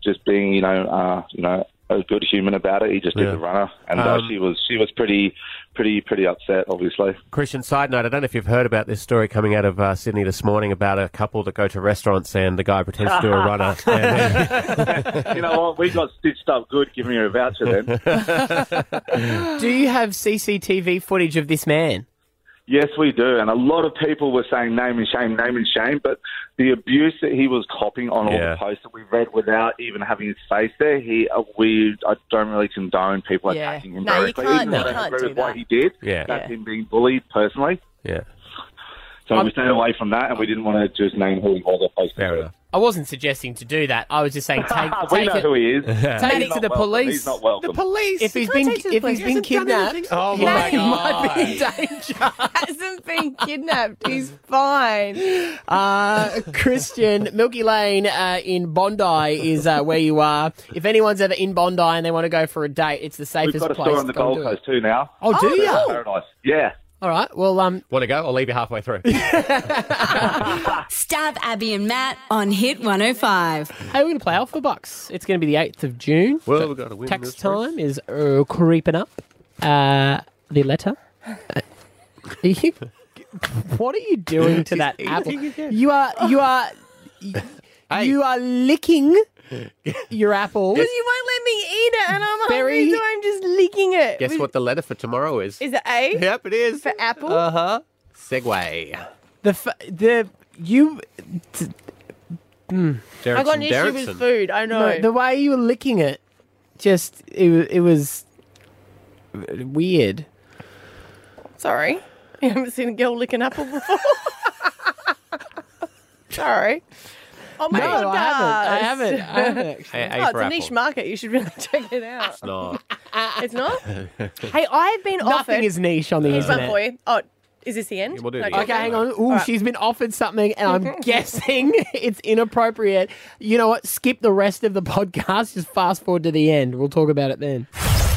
S20: just being, you know, uh, you know, a good human about it, he just did the runner, and
S3: Um,
S20: uh, she was she was pretty, pretty, pretty upset, obviously.
S3: Christian, side note, I don't know if you've heard about this story coming out of uh, Sydney this morning about a couple that go to restaurants and the guy pretends to do a runner.
S20: (laughs)
S3: And,
S20: you know what? We got stitched up good, giving her a voucher then.
S1: Do you have CCTV footage of this man?
S20: Yes, we do. And a lot of people were saying name and shame, name and shame, but the abuse that he was copying on all
S3: Yeah.
S20: the posts that we read without even having his face there, he uh, we I don't really condone people
S2: Yeah.
S20: attacking him
S2: No, you
S20: directly.
S2: can't-
S20: even
S2: you
S20: though I
S2: can't
S20: agree
S2: do
S20: with
S2: that.
S20: what he did.
S3: Yeah.
S20: That's
S2: Yeah.
S20: him being bullied personally.
S3: Yeah.
S20: So
S1: I'm-
S20: we stayed away from that and we didn't want to just name who he was or post Fair enough.
S1: I wasn't suggesting to do that. I was just
S20: (laughs)
S1: saying take,
S20: We
S1: take
S20: know
S1: it,
S20: who he is.
S1: take it
S20: He's
S1: to
S20: not
S1: the
S20: welcome.
S1: police.
S20: He's not welcome.
S1: police. If he's
S2: You can't
S1: been
S2: take to the
S1: if
S2: police.
S1: he's
S2: He
S1: been
S2: hasn't done anything.
S1: kidnapped,
S2: Oh, my
S1: he
S2: God.
S1: might be (laughs) in danger.
S2: hasn't been kidnapped. He's fine.
S1: (gasps) Uh, Christian, Milky Lane uh, in Bondi is uh, where you are. If anyone's ever in Bondi and they want to go for a date, it's the safest
S20: We've got a
S1: place.
S20: store on the
S1: Go and
S20: Gold
S1: do it.
S20: Coast too now.
S1: Oh, do
S20: Surf
S1: ya?
S20: Paradise. Yeah.
S1: All right. Well, um,
S3: want to go? I'll leave you halfway through.
S6: Stab Abby and Matt on Hit 105.
S1: Hey, we're going to play Alpha Bucks. It's going to be the 8th of June.
S3: Well,
S1: So
S3: we've got to win
S1: Tax
S3: this race.
S1: time is uh, creeping up. Uh, the letter. Uh, are you- (laughs) what are you doing to
S3: She's
S1: that
S3: eating
S1: apple?
S3: again.
S1: You are. You
S3: (laughs)
S1: are. You are licking your apple.
S2: Because you won't let me eat it, and I'm
S1: Very-
S2: hungry, so I'm just licking it.
S3: Guess
S2: With-
S3: what the letter for tomorrow is?
S2: Is it A?
S3: Yep, it is.
S2: For apple?
S3: Uh huh. Segway.
S1: The f- the you. T- Mm.
S2: I got an issue with food. I know.
S1: No, the way you were licking it, just it, wa- it was weird.
S2: Sorry. You haven't seen a girl lick an apple before. (laughs) Sorry. Oh my
S1: No,
S2: god,
S1: I haven't. I
S2: guys.
S1: haven't.
S2: (laughs)
S1: I haven't actually.
S3: Hey,
S2: oh,
S3: A
S2: it's
S3: for
S2: a niche
S3: apple.
S2: market. You should really (laughs) check it out.
S3: It's not.
S2: It's not. Hey, I've been offered.
S1: Nothing is niche on the
S2: Here's one
S1: internet.
S2: for you. Oh, is this the end?
S1: Yeah, we'll do it
S2: No, go
S1: again. Okay,
S2: on.
S1: hang on. Ooh,
S2: All right.
S1: she's been offered something,
S2: (laughs)
S1: and I'm guessing (laughs) it's inappropriate. You know what? Skip the rest of the (laughs) podcast. Just fast forward to the end. We'll talk about it then.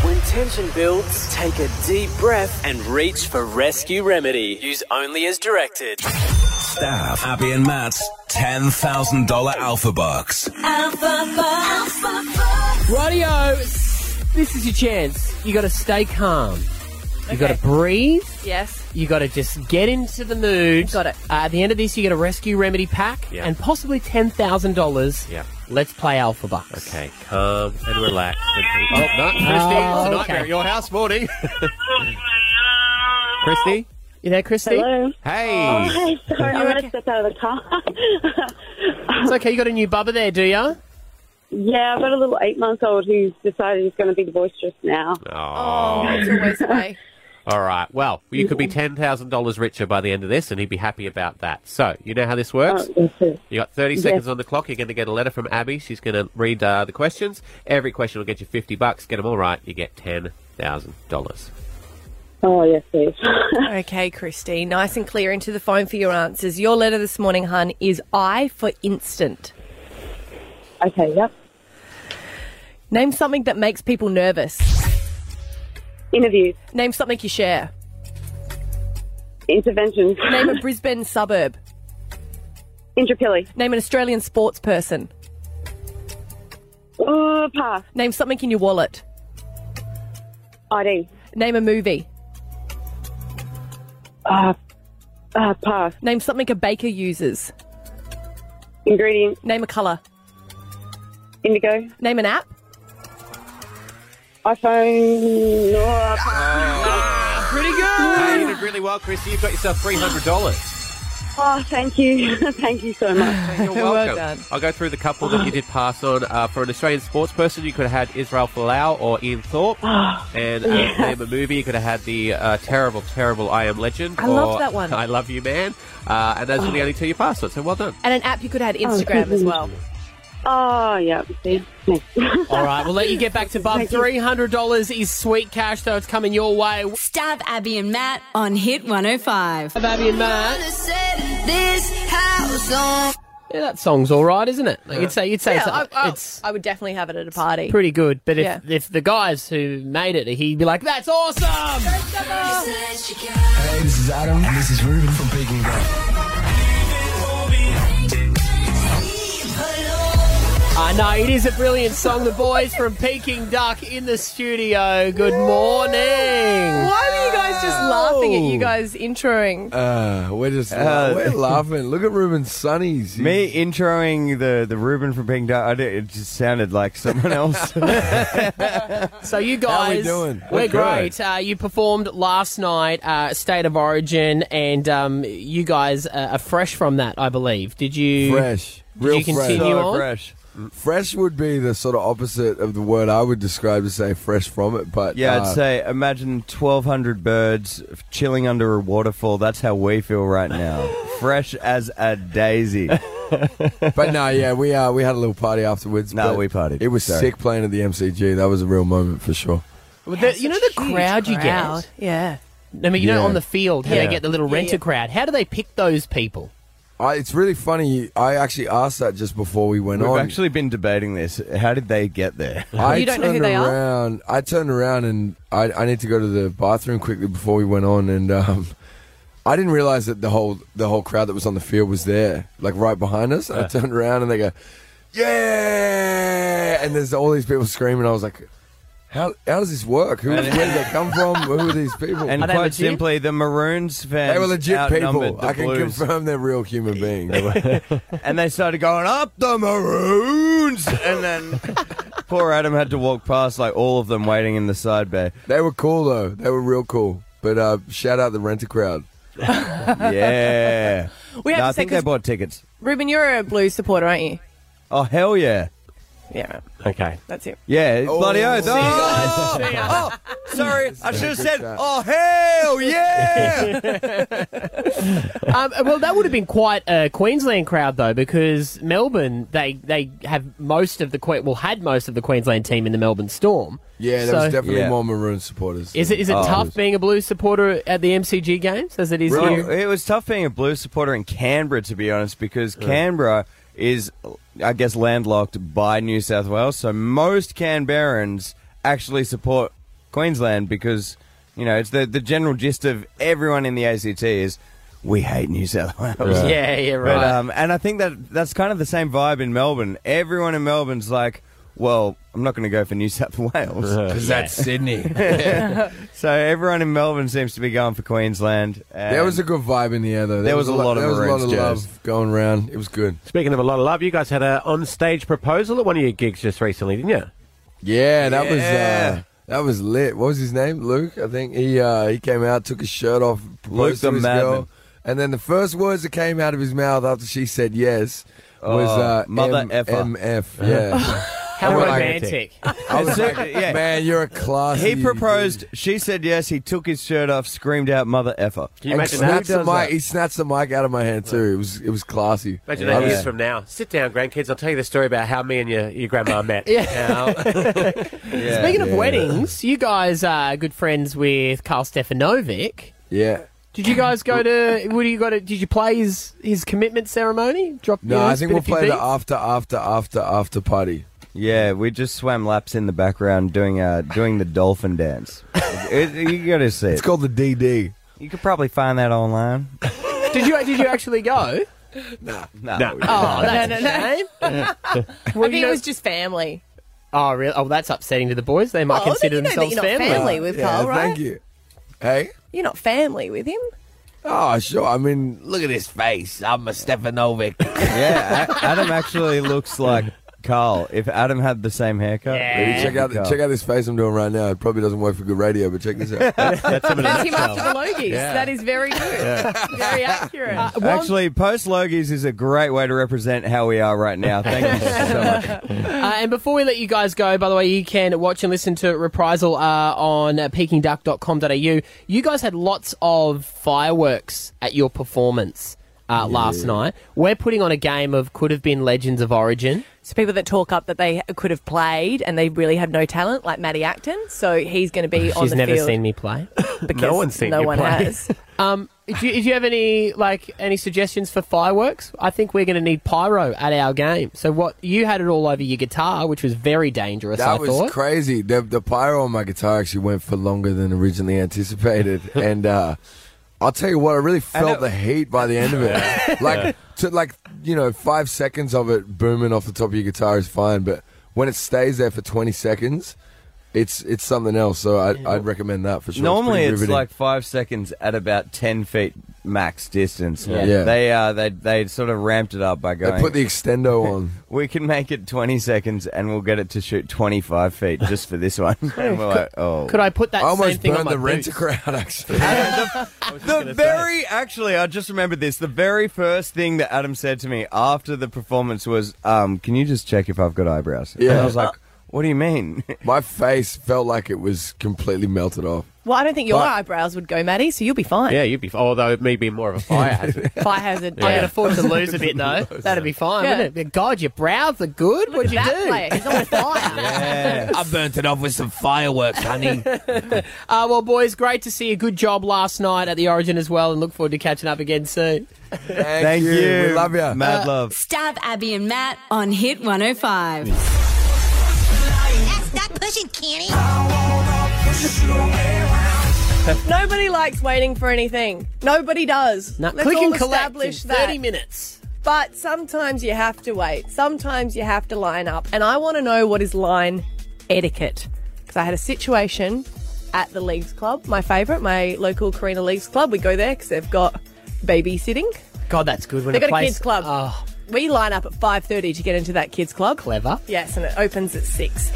S21: When tension builds, take a deep breath and reach for Rescue Remedy. Use only as directed.
S22: Staff, Abby and Matt's $10,000 Alpha Bucks.
S1: Radio, this is your chance. You got to stay calm. You got to breathe.
S2: Yes.
S1: You got to just get into the mood. Got it. Uh, at the end of this, you get a rescue remedy pack and possibly ten thousand dollars.
S3: Yeah.
S1: Let's play Alpha Bucks.
S3: Okay, calm Um, and relax.
S1: Oh,
S3: Oh, no, Christy,
S1: okay.
S3: it's a
S1: Oh,
S3: nightmare at your house
S1: (laughs)
S3: morning. Christy?
S1: You there, Christy?
S3: Hello. Hey.
S19: Oh, hey, sorry, I'm going to step out of the car.
S1: It's okay. You got a new bubba there, do you?
S19: yeah, I've got a little eight month old who's decided he's going to be boisterous now.
S3: Oh,
S19: it's always the way.
S3: All right. Well, you could be ten thousand dollars richer by the end of this, and he'd be happy about that. So, you know how this works. You got thirty
S21: Yes.
S3: seconds on the clock. You're going to get a letter from Abby. She's going to read uh, the questions. Every question will get you fifty bucks. Get them all right, you get ten thousand dollars.
S2: Oh, yes, please. (laughs) okay, Christy, nice and clear into the phone for your answers. Your letter this morning, hun, is I for instant. Okay, yep. Name something that makes people nervous. Interviews. Name something you share. Interventions. (laughs) Name a Brisbane suburb. Intrapilly. Name an Australian sports person. Uh, pass. Name something in your wallet. ID. Name a movie. Uh, uh, pass. Name something a baker uses. Ingredient. Name a colour. Indigo. Name an app. iPhone. Oh,
S3: pretty good. you did Ah. really well, Christy. You've got yourself three hundred dollars.
S19: Oh, thank you. (laughs) thank you so much.
S1: (laughs)
S3: You're welcome. I'll go through the couple that you did pass on. Uh, for an Australian sports person, you could have had Israel Folau or Ian
S1: (gasps)
S3: Thorpe. and uh,
S2: Yeah.
S3: name a movie, you could have had the uh, terrible, terrible I Am Legend.
S2: I
S3: or
S2: loved that one.
S3: (laughs) I Love You Man. Uh, and those are the only two you passed on, so well done.
S2: And an app you could add
S1: Instagram
S2: Instagram
S1: as
S2: as well.
S19: Oh, yeah. See?
S1: (laughs) All right, we'll let you get back to Bob. Three hundred dollars is sweet cash, though it's coming your way.
S6: Stab Abby and Matt on Hit 105. Stab
S1: Abby and Matt. Yeah, that song's all right, isn't it? Like, you'd say you'd say
S2: yeah,
S1: it's,
S2: I, I-
S1: it's
S2: I would definitely have it at a party.
S1: pretty good. But if
S2: Yeah.
S1: if the guys who made it, he'd be like, "That's awesome."
S4: Hey, this is Adam. And this is Ruben from Peking Rock.
S1: I know it is a brilliant song. The boys from Peking Duck in the studio. Good morning.
S2: Why were you guys just laughing at you guys introing?
S23: Uh, we're just we're laughing. Look at Ruben Sonny's.
S24: Me introing the the Ruben from Pink Dot, I did- it just sounded like someone
S23: (laughs)
S24: else.
S1: So you
S24: How we
S1: guys,
S24: doing?
S1: are
S24: We're good.
S1: great. Uh, you performed last night, uh, State of Origin, and um, you guys are are fresh from that, I believe. Did you
S23: fresh,
S1: Did
S23: real
S1: you continue
S23: fresh.
S1: on?
S24: fresh.
S23: Fresh would be the sort of opposite of the word I would describe to say fresh from it, but
S24: yeah,
S23: uh,
S24: I'd say imagine twelve hundred birds f- chilling under a waterfall. That's how we feel
S23: (laughs)
S24: right now, fresh as a daisy.
S23: but no, yeah, we uh, we had a little party afterwards.
S24: No,
S23: but
S24: we partied.
S23: It was
S24: Sorry.
S23: sick playing at the MCG. That was a real moment for sure.
S1: Well, the- you know the crowd you
S2: crowd.
S1: get. Yeah. I mean, you know,
S23: Yeah.
S1: on the field, how
S23: Yeah.
S1: they get the little
S23: Yeah,
S1: renter
S23: yeah.
S1: crowd. How do they pick those people? (laughs)
S23: I, it's really funny. I actually asked that just before we went
S24: We've
S23: on.
S24: actually been debating this. How did they get there?
S23: (laughs) I turned around, I turned around and I, I need to go to the bathroom quickly before we went on, and um, I didn't realize that the whole the whole crowd that was on the field was there, like right behind us. I
S4: Yeah.
S23: turned around and they go, "Yeah!" and there's all these people screaming. I was like, "How how does this work? Who, where did they come from? Who are these people?"
S24: (laughs) And quite simply, the Maroons fans
S23: they were legit
S24: outnumbered
S23: people.
S24: the
S23: I can
S24: Blues.
S23: confirm they're real human beings.
S24: (laughs) and they started going up the maroons,
S23: (laughs)
S24: and then poor Adam had to walk past like all of them waiting in the side bay.
S23: They were cool though. They were real cool. But uh, shout out the renter crowd.
S24: (laughs) yeah.
S2: We have
S24: No,
S2: to
S24: I
S2: say,
S24: think they
S2: 'cause-
S24: bought tickets.
S2: Ruben, you're a Blues supporter, aren't you?
S24: Oh hell yeah.
S2: Yeah.
S24: Okay.
S2: That's it.
S24: Yeah, bloody oath.
S2: See you guys.
S24: Oh,
S2: See ya.
S23: (laughs)
S24: oh, (laughs) sorry, I
S2: Good
S24: should have
S2: chat.
S24: said, oh (laughs) hell yeah.
S1: um, well, that would have been quite a Queensland crowd though, because Melbourne they they have most of the Que- well had most of the Queensland team in the Melbourne Storm.
S23: Yeah, there
S1: So-
S23: was definitely more Maroon supporters.
S1: Is it is it
S23: Oh.
S1: tough being a Blues supporter at the MCG games as it is
S24: Really,
S1: here?
S24: It was tough being a Blues supporter in Canberra, to be honest, because Canberra is, I guess, landlocked by New South Wales. So most Canberrans actually support Queensland because, you know, it's the, the general gist of everyone in the ACT is we hate New South Wales.
S1: Yeah. Yeah, yeah,
S24: But,
S1: right.
S24: um, and I think that that's kind of the same vibe in Melbourne. Everyone in Melbourne's like, well, I'm not going to go for New South (laughs) Wales.
S23: Because that's
S1: (laughs)
S23: Sydney.
S24: (laughs) so everyone in Melbourne seems to be going for Queensland. and-
S23: There was a good vibe in the air, though.
S24: There was a lot of
S23: there was a lot
S24: Maroons
S23: of
S24: jazz.
S23: love going around. It was good.
S3: (laughs) Speaking of a lot of love, you guys had a on-stage proposal at one of your gigs just recently, didn't you?
S23: Yeah, that was
S3: Yeah.
S23: uh, that was lit. What was his name? Luke, I think. He uh, he came out, took his shirt off,
S24: Luke
S23: proposed
S24: the
S23: to his
S24: Madman.
S23: girl, and then the first words that came out of his mouth after she said yes was
S24: Oh,
S23: uh,
S24: mother
S23: M-
S24: effer.
S23: MF.
S24: (laughs)
S23: Yeah.
S1: How
S23: (laughs) I was like-
S1: romantic.
S23: I was like, man, you're a class.
S24: He proposed. She said yes. He took his shirt off, screamed out, "Mother effer!"
S23: and snatched the mic. He snatched the mic out of my hand too. It was it was classy.
S3: Imagine
S23: I
S3: that
S23: was-
S3: years from now. Sit down, grandkids. I'll tell you the story about how me and your,
S1: (laughs)
S3: your grandma met.
S1: Yeah.
S3: Yeah.
S1: Speaking of
S3: Yeah.
S1: weddings, you guys are good friends with Carl Stefanovic.
S23: Yeah.
S1: Did you guys go to? What do you got? To, did you play his his commitment ceremony? Drop.
S23: No,
S1: you know,
S23: I think
S1: spin a
S23: we'll
S1: few
S23: play the
S1: beats?
S23: after, after, after, after party.
S24: Yeah, we just swam laps in the background doing uh, doing the dolphin dance. It- it- you gotta see. It's
S23: called the DD.
S24: You could probably find
S23: (laughs)
S24: that online.
S1: Did you did you actually go?
S24: No,
S1: No. Oh, that's a
S2: (laughs)
S1: (laughs) shame.
S2: I think it was just family.
S1: Oh, really? Oh, that's upsetting to the boys. They might
S2: Oh,
S1: consider
S2: then you know that
S1: themselves
S2: you're not
S1: family.
S2: family with Yeah, Carl, right? thank
S23: you. Hey.
S2: You're not family with him.
S23: Oh, sure. I mean, look at his face. I'm a Stefanovic.
S24: (laughs) yeah, A- Adam actually looks like Carl. If Adam had the same haircut,
S23: Maybe check out check out this (laughs) face I'm doing right now. It probably doesn't work for good radio, but check this out.
S2: That's him after the Logies.
S23: Yeah.
S2: That is very good.
S23: Yeah.
S2: (laughs) Very accurate.
S24: Actually, post Logies is a great way to represent how we are right now. Thank you so much.
S1: Uh, and before we let you guys go, by the way, you can watch and listen to Reprisal uh, on uh, peekingduck.com.au. You guys had lots of fireworks at your performance uh, last night. We're putting on a game of Could Have Been Legends of Origin.
S2: So people that talk up that they could have played and they really have no talent, like Matty Acton. So he's going to be on
S1: She's
S2: the
S1: never
S2: field.
S1: seen me (laughs) play.
S2: Because one's seen no you one play. has.
S1: (laughs) um, do, you, do you have any like any suggestions for fireworks? I think we're going to need pyro at our game. So what you had it all over your guitar, which was very dangerous.
S23: That
S1: I
S23: was
S1: thought.
S23: crazy. The, the pyro on my guitar actually went for longer than originally
S1: (laughs)
S23: anticipated, and uh, I'll tell you what, I really felt the heat by the end
S1: (laughs)
S23: of it. Like, to, like you know, five seconds of it booming off the top of your guitar is fine, but when it stays there for twenty seconds, it's it's something else. So I, I'd recommend that for sure.
S24: Normally,
S23: pretty
S24: it's,
S23: riveting.
S24: like five seconds at about ten feet max distance.
S23: Yeah. Yeah.
S24: They uh, they they sort of ramped it up by
S23: they
S24: going.
S23: put the (laughs) extendo on.
S24: we can make it twenty seconds, and we'll get it to shoot twenty-five feet just for this
S1: (laughs)
S24: one. and (laughs) we're like, oh,
S1: Could I put that
S23: I almost
S1: same thing
S23: burned
S1: on my
S23: the
S1: boots?
S23: renter crowd actually.
S24: The very actually, I just remembered this. The very first thing that Adam said to me after the performance was, um, "Can you just check if I've got eyebrows?" And I was like, "What do you mean?"
S23: (laughs) My face felt like it was completely melted off.
S2: Well, I don't think your
S23: But-
S2: eyebrows would go, Matty, so you'll be fine.
S3: Yeah, you'd be. Although me being more of a
S2: (laughs)
S3: fire hazard.
S2: Fire hazard.
S3: Yeah.
S1: I can afford to lose a bit though. (laughs) That'd be fine,
S2: Yeah.
S1: wouldn't it? God, your brows are good. What'd you
S2: that
S1: do?
S2: player. He's on fire.
S23: I burnt it off with some fireworks,
S15: (laughs)
S23: honey.
S1: (laughs) Uh, well, boys, great to see you. Good job last night at the Origin as well, and look forward to catching up again soon. Uh,
S24: Thank you. We love you. Mad love.
S6: Stab Abby and Matt on Hit 105.
S25: Stop pushing, Kenny.
S2: (laughs) Nobody likes waiting for anything. Nobody does.
S1: No,
S2: Let's
S1: click
S2: all
S1: and collect in
S2: establish
S1: 30
S2: that.
S1: minutes.
S2: But sometimes you have to wait. Sometimes you have to line up. And I want to know what is line etiquette. Because I had a situation at the Leagues Club, my favourite, my local Karina Leagues Club. We go there because they've got babysitting.
S1: God, that's good when
S2: They've
S1: a
S2: got a
S1: place. Oh, Ah.
S2: kids club. We line up at 5.30 to get into that kids club.
S1: Clever.
S2: (laughs) Yes, and it opens at 6.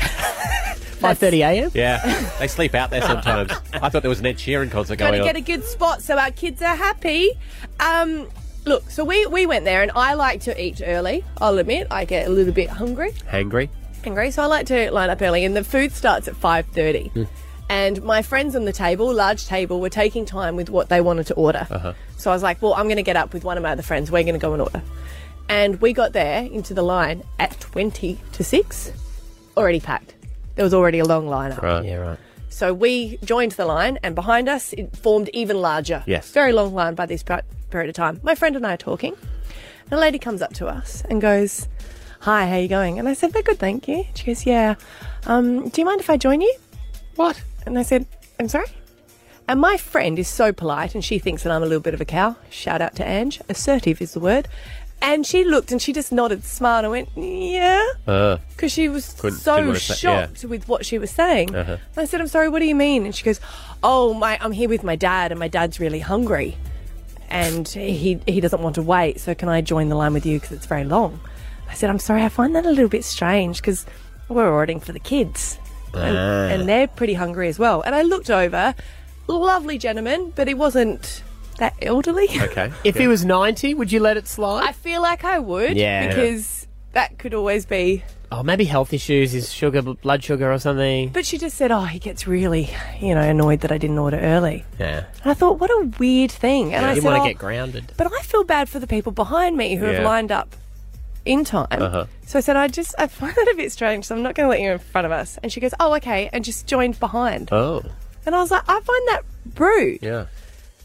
S1: Five thirty a.m.
S3: Yeah, they sleep out there sometimes. I thought there was an Ed Sheeran concert
S2: Got to
S3: going on.
S2: get a good spot so our kids are happy. Um, look, so we, we went there and I like to eat early. I'll admit, I get a little bit hungry,
S3: Hangry.
S2: hungry, so I like to line up early. And the food starts at five thirty.
S3: Hmm.
S2: And my friends on the table, large table, were taking time with what they wanted to order. So I was like, well, I'm going to get up with one of my other friends. We're going to go and order. And we got there into the line at 20 to 6, already packed. There was already a long line up.
S1: Right. Yeah. Right.
S2: So we joined the line, and behind us it formed even larger.
S1: Yes.
S2: Very long line by this pe- period of time. My friend and I are talking, and a lady comes up to us and goes, "Hi, how you going?" And I said, "They're good, thank you." She goes, "Yeah. Um, do you mind if I join you?" What? And I said, "I'm sorry." And my friend is so polite, and she thinks that I'm a little bit of a cow. Shout out to Ange. Assertive is the word. And she looked and she just nodded, smiled, and went, "Yeah,"
S3: Uh,
S2: because she was
S3: Couldn't- didn't
S2: so
S3: wanna say- yeah.
S2: shocked with what she was saying.
S3: uh-huh.
S2: And I said, I'm sorry, what do you mean? And she goes, Oh, my, I'm here with my dad, and my dad's really hungry. And he, he doesn't want to wait, so can I join the line with you because it's very long? I said, I'm sorry, I find that a little bit strange because we're ordering for the kids. And,
S7: Ah.
S2: and they're pretty hungry as well. And I looked over, lovely gentleman, but he wasn't that elderly. (laughs)
S3: Okay.
S1: If he was ninety, would you let it slide?
S2: I feel like I would
S1: Yeah.
S2: because that could always be
S1: Oh, maybe health issues, his sugar, blood sugar, or something.
S2: But she just said, "Oh, he gets really, you know, annoyed that I didn't order early."
S1: Yeah.
S2: And I thought, what a weird thing. And
S1: Yeah,
S2: I
S1: you
S2: said,
S1: want
S2: "Oh,
S1: to get grounded.
S2: but I feel bad for the people behind me who
S1: Yeah.
S2: have lined up in time.
S1: Uh-huh.
S2: So I said, I just I find that a bit strange. So I'm not going to let you in front of us. And she goes, Oh, okay, and just joined behind.
S3: Oh.
S2: And I was like, I find that rude.
S3: Yeah.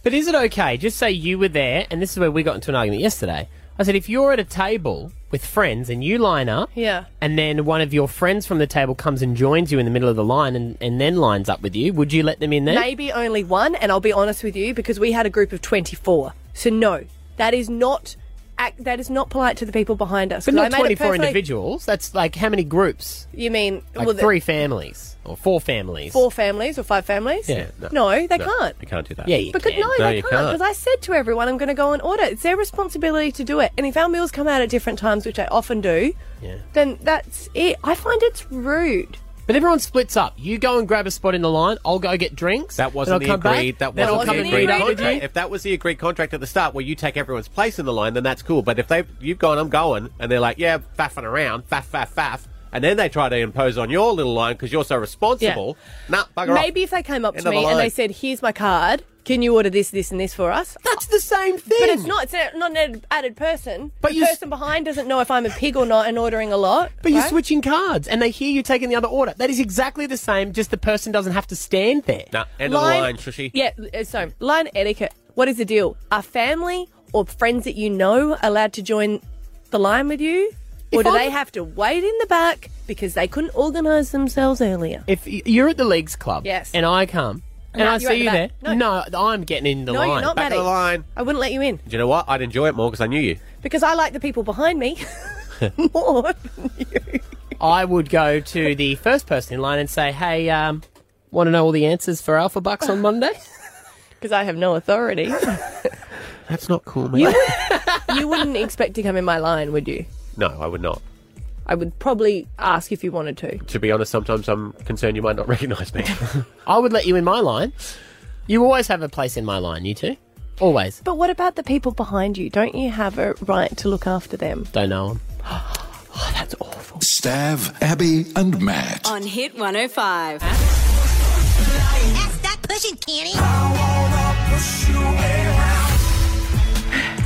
S1: But is it okay? Just say you were there, and this is where we got into an argument yesterday. I said, if you're at a table with friends and you line up,
S2: Yeah.
S1: and then one of your friends from the table comes and joins you in the middle of the line and, and then lines up with you, would you let them in there?
S2: Maybe only one, and I'll be honest with you, because we had a group of 24. So no, that is not act, that is not polite to the people behind us.
S1: But
S2: 'Cause I
S1: not
S2: made it
S1: 24
S2: personally-
S1: individuals. That's like how many groups?
S2: You mean
S1: Like
S2: well, the-
S1: three families or four families.
S2: four families or five families?
S1: Yeah,
S2: no,
S1: no.
S2: they
S1: No,
S2: can't.
S1: you can't do that. Yeah, you
S2: because
S1: can.
S2: no,
S1: No,
S2: they
S1: you
S2: can't.
S1: can't.
S2: Because I said to everyone, I'm going to go and order. It's their responsibility to do it. And if our meals come out at different times, which I often do,
S1: Yeah.
S2: then that's it. I find it's rude.
S1: But everyone splits up. You go and grab a spot in the line. I'll go get drinks.
S3: That wasn't
S1: then
S3: the
S1: I'll come
S3: agreed.
S1: Back,
S3: That wasn't
S1: then
S3: the
S1: I'll come
S3: agreed
S1: and meet up
S3: contract.
S1: with you.
S3: If that was the agreed contract at the start, where you take everyone's place in the line, then that's cool. But if they you've gone, I'm going, and they're like, yeah, faffing around, faff, faff, faff, and then they try to impose on your little line because you're so responsible. Nah, bugger off.
S2: Maybe if they came up
S3: End
S2: to
S3: of the
S2: me and they
S3: line.
S2: said, "Here's my card. Can you order this, this, and this for us?"
S1: That's the same thing.
S2: But it's not. It's a- not an ad- added person.
S1: But
S2: But the
S1: you s-
S2: person behind doesn't know if I'm a pig or not and ordering a lot.
S1: But you're
S2: right?
S1: switching cards, and they hear you taking the other order. That is exactly the same. Just the person doesn't have to stand there.
S3: Nah, end of the line, Trishy.
S2: Yeah, uh, so line etiquette. What is the deal? Are family or friends that you know allowed to join the line with you? Or
S1: If
S2: do
S1: I'm-
S2: they have to wait in the back because they couldn't organise themselves earlier?
S1: If y- you're at the leagues club,
S2: Yes.
S1: and I come and
S2: No,
S1: I
S2: you're at
S1: see
S2: the
S1: you
S2: back.
S1: there, no. I'm getting in the
S2: no,
S1: line.
S2: you're not,
S3: Back
S2: Maddie.
S3: of the line.
S2: I wouldn't let you in
S3: Do you know what? I'd enjoy it more because I knew you.
S2: because I like the people behind me (laughs) more.
S1: I would go to the first person in line and say, "Hey, um, want to know all the answers for Alpha Bucks on
S2: (laughs)
S1: Monday?"
S2: Because I have no
S1: (laughs)
S2: authority.
S3: That's not cool, mate.
S2: you wouldn't expect to come in my line, would you?
S3: no, I would not.
S2: I would probably ask if you wanted to.
S3: To be honest, sometimes I'm concerned you might not recognise me.
S1: (laughs) I would let you in my line. You always have a place in my line, you two. Always.
S2: But what about the people behind you? Don't you have a right to look after them?
S1: Don't know
S3: (gasps)
S1: 'em.
S3: Oh,
S4: Stav, Abby, and
S3: (laughs)
S4: Matt.
S6: On Hit 105.
S25: Stop pushing, Kenny.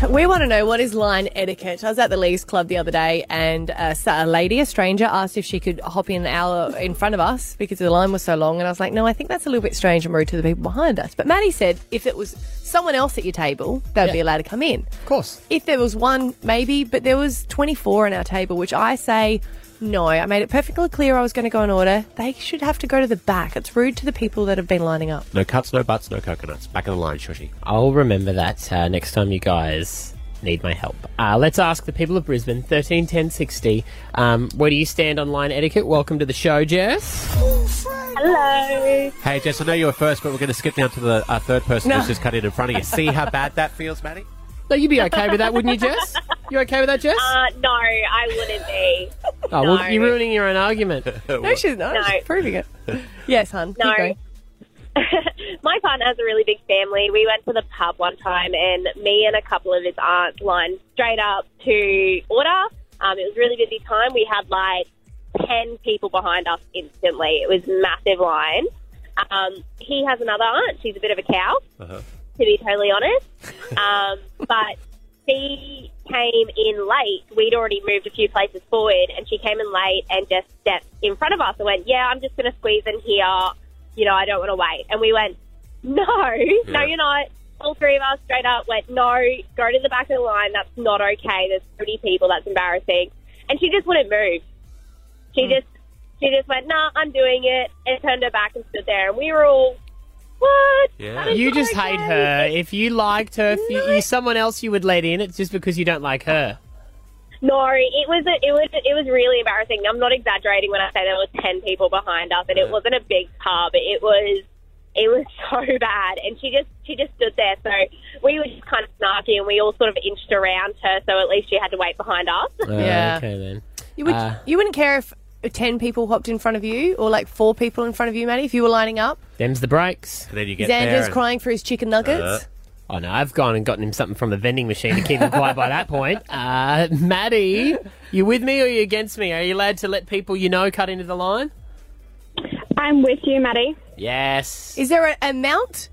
S2: We want to know what is line etiquette. I was at the Leagues Club the other day, and uh, s- a lady, a stranger, asked if she could hop in our in front of us because the line was so long. And I was like, no, I think that's a little bit strange and rude to the people behind us. But Maddie said if it was someone else at your table, they'd be allowed to come in. Of
S1: course.
S2: If there was one, maybe, but there was 24 on our table, which I say. No, I made it perfectly clear I was going to go and order. They should have to go to the back. It's rude to the people that have been lining up.
S3: no cuts, no butts, no coconuts. Back of the line, Shushy.
S1: I'll remember that uh, next time you guys need my help. Uh, let's ask the people of Brisbane, 13 10 60. Um, where do you stand on line etiquette? Welcome to the show, Jess.
S19: Hello.
S3: Hey, Jess, I know you were first, but we're going to skip down to the uh, third person
S1: No.
S3: who's just cut in in front of you. See how bad that feels, Maddie?
S1: No, you'd be okay with that, wouldn't you,
S13: (laughs)
S1: Jess? You okay with that, Jess?
S19: Uh, no, I wouldn't be.
S1: (laughs) Oh, well, you're ruining your own argument.
S3: (laughs)
S2: No, she's not. She's proving it. Yes, hun.
S13: No.
S2: keep going.
S13: My partner has a really big family. We went to the pub one time, and me and a couple of his aunts lined straight up to order. Um, it was a really busy time. We had like 10 people behind us instantly. It was massive line. Um, he has another aunt. She's a bit of a cow,
S26: Uh-huh.
S13: to be totally honest. Um, but she came in late. We'd already moved a few places forward, and she came in late and just stepped in front of us and went, "Yeah, I'm just going to squeeze in here. You know, I don't want to wait." And we went, "No, (laughs) no,
S7: Yeah.
S13: you're not." All three of us straight up went, "No, go to the back of the line. That's not okay. There's 30 people. That's embarrassing." And she just wouldn't move. She just she just went, "Nah, I'm doing it," and turned her back and stood there. And we were all, "What?" That is
S1: You
S13: not
S1: just hate her. If you liked her, if you, you, someone else you would let in, it's just because you don't like her.
S13: No, it was a, it was it was really embarrassing. I'm not exaggerating when I say there was ten people behind us, and it wasn't a big pub. It was it was (laughs) so bad, and she just she just stood there. So we were just kind of snarky, and we all sort of inched around her. So at least she had to wait behind us.
S2: (laughs) Yeah.
S1: Okay then.
S2: You, would,
S1: Uh,
S2: you wouldn't care if 10 people hopped in front of you or like four people in front of you, Maddie, if you were lining up.
S1: Them's the breaks. And
S3: then you
S2: Xander's crying for his chicken
S3: uh,
S2: nuggets.
S1: Oh no, I've gone and gotten him something from the vending machine to keep him quiet by that point.
S2: (laughs)
S1: Uh, Maddie, you with me or you against me? Are you allowed to let people you know cut into the line?
S2: I'm with you, Maddie.
S1: Yes.
S2: Is there an amount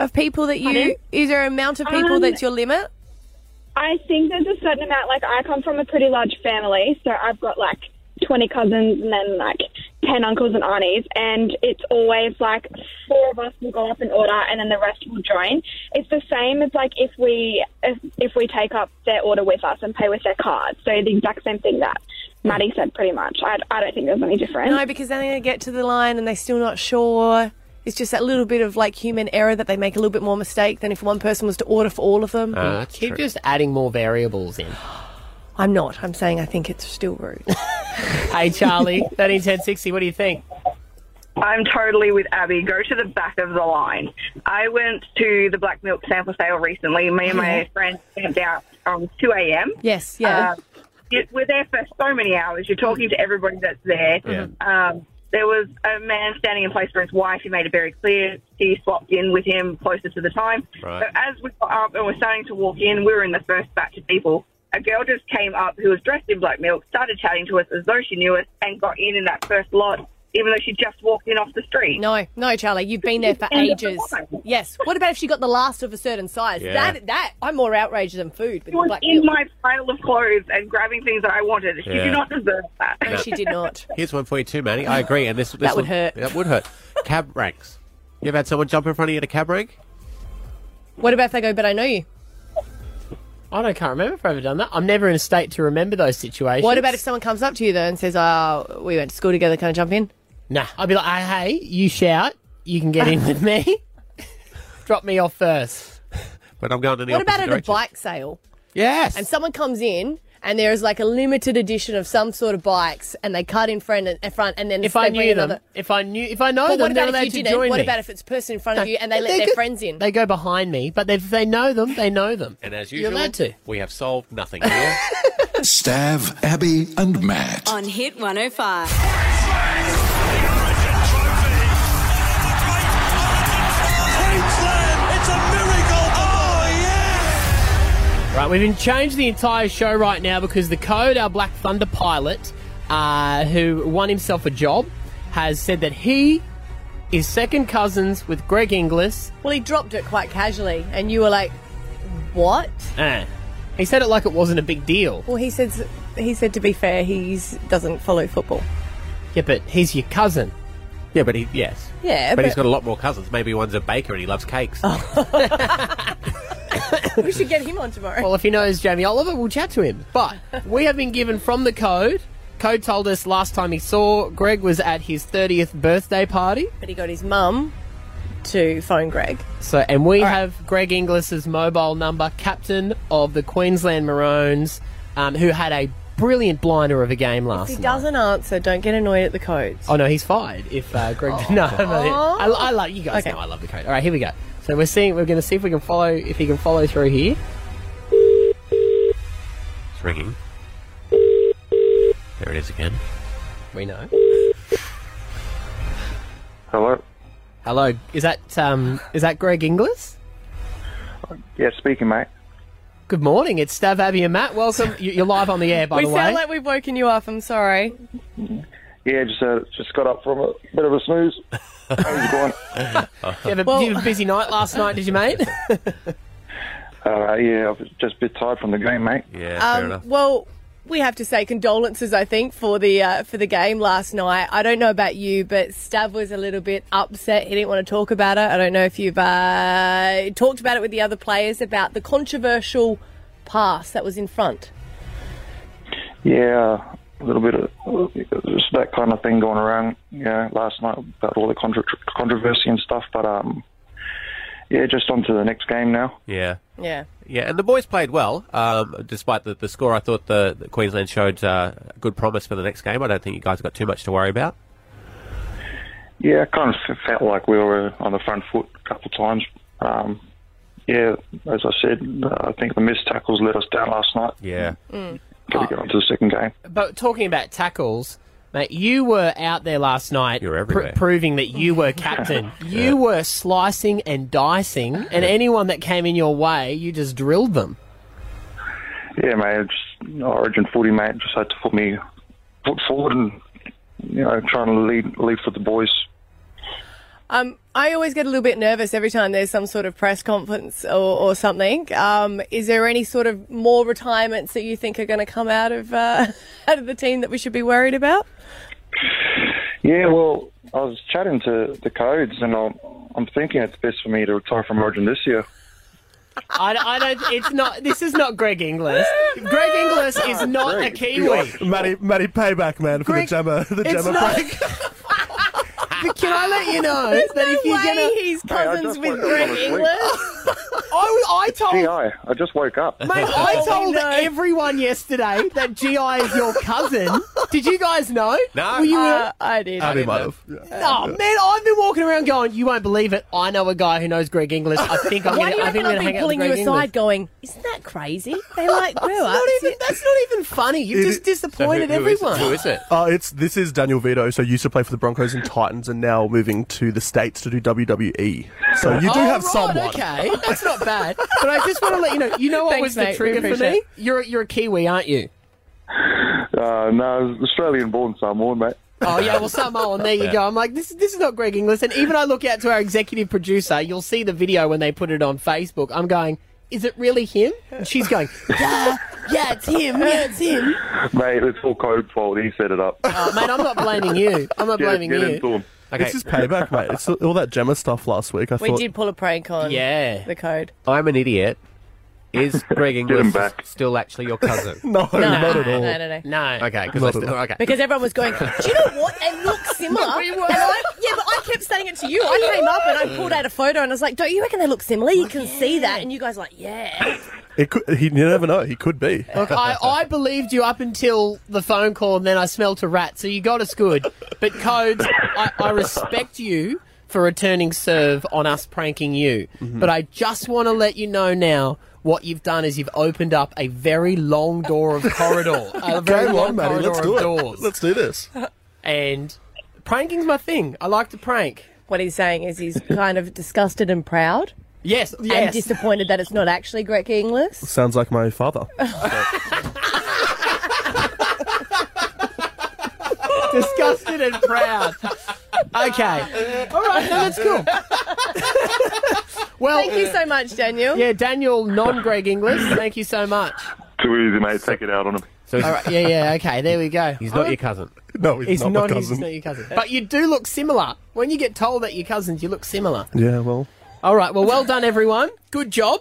S2: of people that you.
S26: Pardon?
S2: Is there an amount of people
S26: Um,
S2: that's your limit?
S26: I think there's a certain amount. Like, I come from a pretty large family, so I've got like 20 cousins and then like 10 uncles and aunties, and it's always like four of us will go up in order, and then the rest will join. It's the same as like if we if, if we take up their order with us and pay with their card. So the exact same thing that Maddie said, pretty much. I, I don't think there's any difference.
S2: No, because then they get to the line and they're still not sure. It's just that little bit of like human error that they make a little bit more mistake than if one person was to order for all of them.
S1: Uh, keep just adding more variables in.
S2: I'm not. I'm saying I think it's still rude.
S1: (laughs) Hey Charlie, thirteen ten sixty. What do you think?
S11: I'm totally with Abby. Go to the back of the line. I went to the black milk sample sale recently. Me and my
S26: Yeah.
S11: friends camped out on 2 a.m.
S2: Yes, yeah.
S11: Um, it- we're there for so many hours. You're talking to everybody that's there.
S26: Yeah.
S11: Um, there was a man standing in place for his wife. He made it very clear. She swapped in with him closer to the time.
S26: Right.
S11: So as we got up and were starting to walk in, we were in the first batch of people. A girl just came up who was dressed in black milk, started chatting to us as though she knew us, and got in in that first lot, even though she just walked in off the street.
S2: No, no, Charlie, you've been there for ages. Yes. What about if she got the last of a certain size?
S11: Yeah.
S2: That that I'm more outraged than food. But
S11: She was
S2: black
S11: in
S2: milk.
S11: my pile of clothes and grabbing things that I wanted. She
S3: Yeah.
S11: did not deserve that.
S3: No, she did
S2: not.
S3: Here's one for you too, Manny. I agree. And this, this
S11: That would
S3: one-
S11: hurt.
S3: That would hurt. Cab ranks. You ever had someone jump in front of you at a cab rank?
S2: What about if they go? But I know you.
S1: I don't can't remember if I've ever done that. I'm never in a state to remember those situations.
S2: What about if someone comes up to you though and says, "Oh, we went to school together. Can I jump in?"
S1: Nah, I'll be like, "Ah, hey, you shout, you can get in
S2: (laughs)
S1: with me. (laughs) Drop me off first.
S3: But I'm going in the
S2: what
S3: opposite
S2: about at
S3: direction.
S2: a bike sale?
S3: Yes.
S2: And someone comes in and there is like a limited edition of some sort of bikes and they cut in front and, in front and then
S1: If I
S2: they
S1: knew
S2: bring
S1: them,
S2: another-
S1: if I knew, if I
S2: But
S1: know them,
S2: what
S1: they're
S2: about
S1: allowed
S2: if you
S1: to join
S2: didn't? What
S1: me.
S2: about if it's a person in front of
S1: No,
S2: you and they let
S1: they
S2: their
S1: go-
S2: friends in?
S1: They go behind me, but if they know them, they know them.
S3: And as
S1: You're
S3: usual,
S1: allowed to.
S3: we have solved nothing here.
S4: Stav, Abby, and Matt.
S6: On Hit 105.
S12: It's a miracle. Oh,
S1: Right, we've been changed the entire show right now because the code, our Black Thunder pilot, uh, who won himself a job, has said that he is second cousins with Greg Inglis.
S2: Well, he dropped it quite casually and you were like, "What?"
S1: Eh. he said it like it wasn't a big deal.
S2: Well, he says he said to be fair, he doesn't follow football.
S1: Yeah, but he's your cousin.
S3: Yeah, but he yes.
S2: Yeah,
S3: but,
S2: but-
S3: he's got a lot more cousins. Maybe one's a baker and he loves cakes.
S2: (laughs) we should get him on tomorrow.
S1: Well, if he knows Jamie Oliver, we'll chat to him. But we have been given from the code. Code told us last time he saw Greg was at his 30th birthday party.
S2: But he got his mum to phone Greg.
S1: So, and we have Greg Inglis's mobile number, captain of the Queensland Maroons, um, who had a brilliant blinder of a game
S2: If he
S1: last night.
S2: doesn't answer, don't get annoyed at the codes.
S1: Oh no, he's fired. If uh, Greg, (laughs) no, no,
S2: Oh.
S1: I, I love you guys.
S2: Okay.
S1: know I love the code. All right, here we go. So we're seeing. We're going to see if we can follow. If he can follow through here.
S3: it's ringing. There it is again.
S1: We know.
S10: Hello.
S1: Hello. Is that um, is that Greg Inglis?
S10: Yeah, speaking, mate.
S1: Good morning. It's Stav, Abby, and Matt. Welcome. You- You're live on the air, by
S2: we
S1: the way.
S2: sound like we've woken you up. I'm sorry.
S10: Yeah, just uh, just got up from a bit of a
S3: (laughs)
S10: snooze. How's it going?
S1: you, have a, you have a busy night last night, did
S2: (laughs)
S1: you, mate? (laughs)
S10: Uh, yeah, I was just a bit tired from the game, mate. Yeah,
S2: Um, Well, we have to say condolences. I think for the uh, for the game last night. I don't know about you, but Stav was a little bit upset. He didn't want to talk about it. I don't know if you've uh, talked about it with the other players about the controversial pass that was in front.
S10: Yeah, a little bit of just that kind of thing going around. Yeah, last night about all the contro controversy and stuff. But um, yeah, just on to the next game now.
S3: Yeah.
S2: Yeah.
S3: Yeah, and the boys played well, um, despite the, the score. I thought the, the Queensland showed uh, good promise for the next game. I don't think you guys got too much to worry about.
S10: Yeah, I kind of felt like we were on the front foot a couple of times. Um, yeah, as I said, uh, I think the missed tackles let us down last night.
S3: Yeah.
S1: Mm.
S10: Got to get on to the second game.
S1: But talking about tackles, mate, you were out there last night pr- proving that you were captain. you were slicing and dicing, and anyone that came in your way, you just drilled them.
S10: Yeah, mate, just Origin footy, mate. Just had to put me foot forward and you know trying to lead lead for the boys.
S2: Um, I always get a little bit nervous every time there's some sort of press conference or, or something. Um, is there any sort of more retirements that you think are going to come out of uh, (laughs) out of the team that we should be worried about?
S10: Yeah, well, I was chatting to the codes, and I'm I'm thinking it's best for me to retire from Origin this year.
S1: I, I don't. It's not. This is not Greg Inglis. Greg Inglis is not a Kiwi.
S7: Matty, Matty, payback, man, for
S1: Greg,
S7: the jammer, the
S1: it's
S7: jammer
S1: (laughs) not-
S7: break.
S1: But can I let you know
S2: There's
S1: that
S2: no
S1: if you're
S2: way
S1: gonna,
S2: he's Hey, I cousins just with wanted- Greg honestly. Inglis.
S1: I, I told
S10: Gee, I, I just woke up. (laughs)
S1: Mate, I
S2: (laughs)
S1: told everyone yesterday that GI is your cousin. Did you guys know?
S10: No.
S1: Were you
S2: Uh, I did.
S10: Abby might have.
S1: Oh man, I've been walking around going, "You won't believe it." I know a guy who knows Greg Inglis. I think
S2: (laughs)
S1: I'm
S2: Why do
S1: going
S2: you
S1: to.
S2: reckon
S1: I think I'm
S2: I've
S1: going to
S2: been
S1: hang out with
S2: pulling you
S1: Greg Inglis.
S2: aside, going, "Isn't that (laughs) crazy?" They like grew
S1: That's
S2: up.
S1: not even. That's not even funny. You've just disappointed everyone.
S3: it?
S7: Uh, it's this is Daniel Vito. So used to play for the Broncos and Titans, and now moving to the states to do WWE. So you do
S1: Oh,
S7: have
S1: right,
S7: someone.
S1: Okay, that's not bad. (laughs) But I just want to let you know. You know what
S2: Thanks,
S1: was the
S2: mate. We
S1: trigger for
S2: appreciate
S1: me?
S2: it.
S1: You're you're a Kiwi, aren't you?
S10: Uh, no, Australian-born Samoan, mate.
S1: Oh yeah, well Samoan. There you
S10: Yeah.
S1: go. I'm like, this this is not Greg Inglis. And even I look out to our executive producer. You'll see the video when they put it on Facebook. I'm going, is it really him? And she's going, yeah, yeah, it's him. Yeah, it's him.
S10: (laughs) Mate, it's all code fault. He set it up.
S1: Oh, mate, I'm not blaming you. I'm not
S10: Get-
S1: blaming
S10: get
S1: you.
S10: into 'em.
S7: This is payback, mate. It's all that Gemma stuff last week. I
S2: We
S7: thought
S2: did pull a prank on.
S3: Yeah.
S2: The code.
S3: I'm an idiot.
S7: (laughs)
S3: Is Greg Inglis
S7: him back.
S3: still actually your cousin?
S7: (laughs) no, not at all.
S2: No, no, no.
S3: No. Okay, because
S7: Not
S3: I
S7: at
S3: still,
S7: all.
S3: okay. (laughs)
S2: Because everyone was going, do you know what? They
S1: (laughs)
S2: look similar.
S1: We
S2: and
S1: were.
S2: I, yeah, but I kept saying it to you. I came up and I pulled out a photo and I was like, don't you reckon they look similar? You can see that. And you guys were like, yeah.
S7: It could, he, you never know. He could be. (laughs)
S1: Look, I, I believed you up until the phone call, and then I smelt a rat. So you got us good. But codes, I, I respect you for returning serve on us pranking you.
S7: Mm-hmm.
S1: But I just want to let you know now. What you've done is you've opened up a very long door of (laughs) corridor.
S7: (laughs)
S1: A very
S7: Game
S1: long
S7: on, Matty.
S1: corridor
S7: Let's
S1: of
S7: do it.
S1: doors.
S7: Let's do this.
S1: And pranking's my thing. I like to prank.
S2: What he's saying is he's kind of disgusted and proud
S1: Yes,
S2: and
S1: yes.
S2: disappointed that it's not actually Greg Inglis.
S7: Sounds like my
S1: (laughs)
S7: father.
S1: disgusted and proud. Okay. All right, no, that's cool. well,
S2: Thank you so much, Daniel.
S1: Yeah, Daniel, non Greg Inglis. Thank you so much.
S10: Too easy, mate. Take it out on him.
S3: So
S1: All right, yeah, yeah, okay, there we go.
S3: He's not your cousin.
S7: No,
S1: He's not, his- he's not your cousin. But you do look similar. When you get told that you're cousins, you look similar.
S7: Yeah, well,
S1: All right, well, well done, everyone. Good job.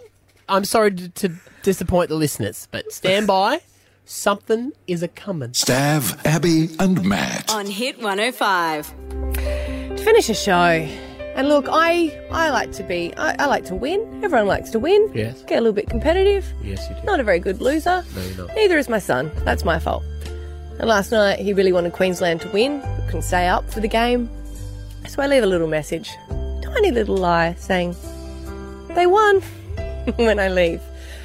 S1: I'm sorry to, to disappoint the listeners, but stand by. Something is a coming.
S4: Stav, Abby, and Matt.
S6: On Hit 105.
S2: To finish a show, and look, I, I like to be, I, I like to win. Everyone likes to win.
S1: Yes.
S2: Get a little bit competitive.
S1: Yes, you do.
S2: Not a very good loser.
S1: No, you're not.
S2: Neither is my son. That's my fault. And last night, he really wanted Queensland to win. Couldn't stay up for the game. So I leave a little message, tiny little lie, saying, they won (laughs) when I leave.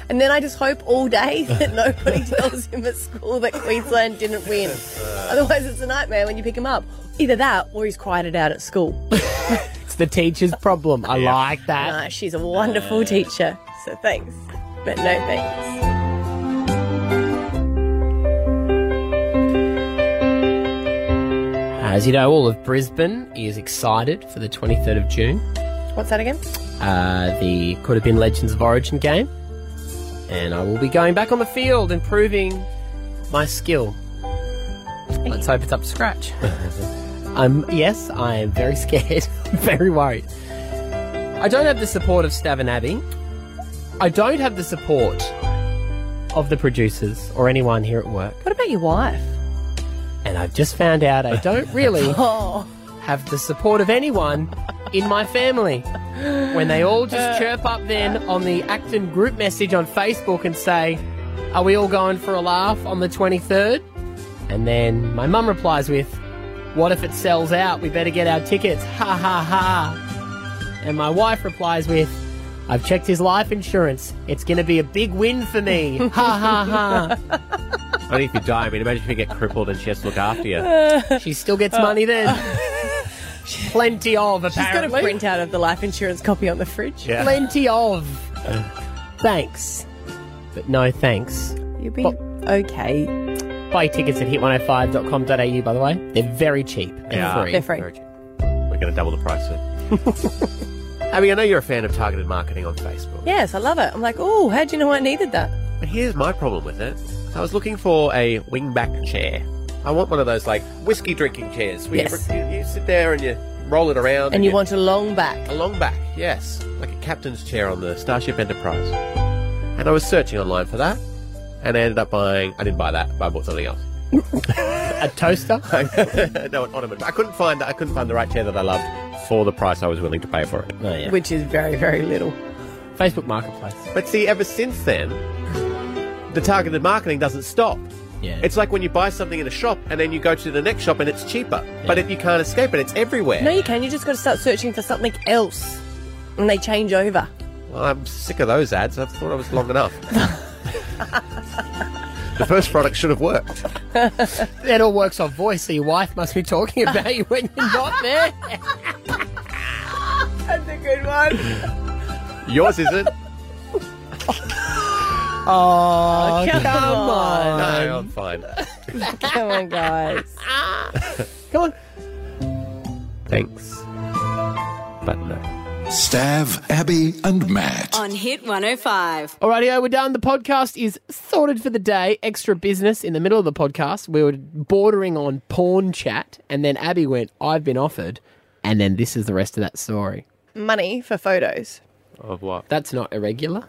S2: And then I just hope all day (laughs) that
S1: (laughs)
S2: nobody tells him at school that Queensland didn't win. Otherwise, it's a nightmare when you pick him up. Either that or he's quieted out at school.
S1: It's the teacher's problem. I like that.
S2: Nah, she's a wonderful teacher. So thanks. But no thanks.
S1: As you know, all of Brisbane is excited for the 23rd of June,
S2: What's that again?
S1: uh, the Could Have Been Legends of Origin game. And I will be going back on the field and proving my skill. Let's hope it's up to scratch. (laughs) I'm, yes, I am very (laughs) scared. I'm very worried. I don't have the support of Stav and Abby. I don't have the support of the producers or anyone here at work.
S2: What about your wife?
S1: And I've just found out I don't (laughs) really
S2: Oh.
S1: have the support of anyone in my family. When they all
S2: Uh,
S1: just chirp up then on the Acton group message on Facebook and say, Are we all going for a laugh on the 23rd? And then my mum replies with, What if it sells out? We better get our tickets. Ha ha ha. And my wife replies with, I've checked his life insurance. It's going to be a big win
S2: (laughs)
S1: for me. Ha ha ha.
S3: Only if you die. I mean, imagine if you get crippled and she has to look after you.
S2: Uh,
S1: She still gets money then.
S2: (laughs)
S1: Plenty of, apparently.
S2: She's got a printout of the life insurance copy on the fridge.
S1: Yeah. Plenty of. Thanks. But no thanks.
S2: You've been okay.
S1: Buy tickets at hit105.com.au, by the way. They're very cheap. They're
S3: Yeah.
S1: free.
S3: They're free. Very We're going to double the price soon. (laughs) Abby, I know you're a fan of targeted marketing on Facebook.
S2: Yes, I love it. I'm like, oh, how do you know I needed that?
S3: But here's my problem with it. I was looking for a wingback chair. I want one of those, like, whiskey drinking chairs. where you-
S2: Yes.
S3: You, you sit there and you roll it around.
S2: And you want a long back.
S3: A long back, yes. Like a captain's chair on the Starship Enterprise. And I was searching online for that. And I ended up buying. I didn't buy that, but I bought something else.
S1: a toaster?
S3: (laughs) no, an ottoman. I couldn't find. I couldn't find the right chair that I loved for the price I was willing to pay for it.
S2: Which is very, very little.
S1: Facebook Marketplace. (laughs)
S3: But see, ever since then, the targeted marketing doesn't stop.
S1: Yeah.
S3: It's like when you buy something in a shop and then you go to the next shop and it's cheaper. But if you can't escape it, it's everywhere.
S2: No, you can. You just got to start searching for something else. And they change (laughs) over.
S3: Well, I'm sick of those ads. I thought I was long enough. (laughs) the first product should have worked.
S1: That all works on voice, so your wife must be talking about you when you're not there.
S2: (laughs) That's a good one.
S3: Yours
S1: (laughs)
S3: isn't.
S1: Oh,
S2: come on.
S3: No, I'm fine.
S2: Come on, guys.
S1: Come on.
S3: (laughs) Thanks. But no.
S4: Stav, Abby, and Matt.
S6: On Hit 105.
S1: Alrighty, we're done. The podcast is sorted for the day. Extra business in the middle of the podcast. We were bordering on porn chat, and then Abby went, I've been offered, and then this is the rest of that story.
S2: Money for photos.
S3: Of what?
S1: That's not irregular.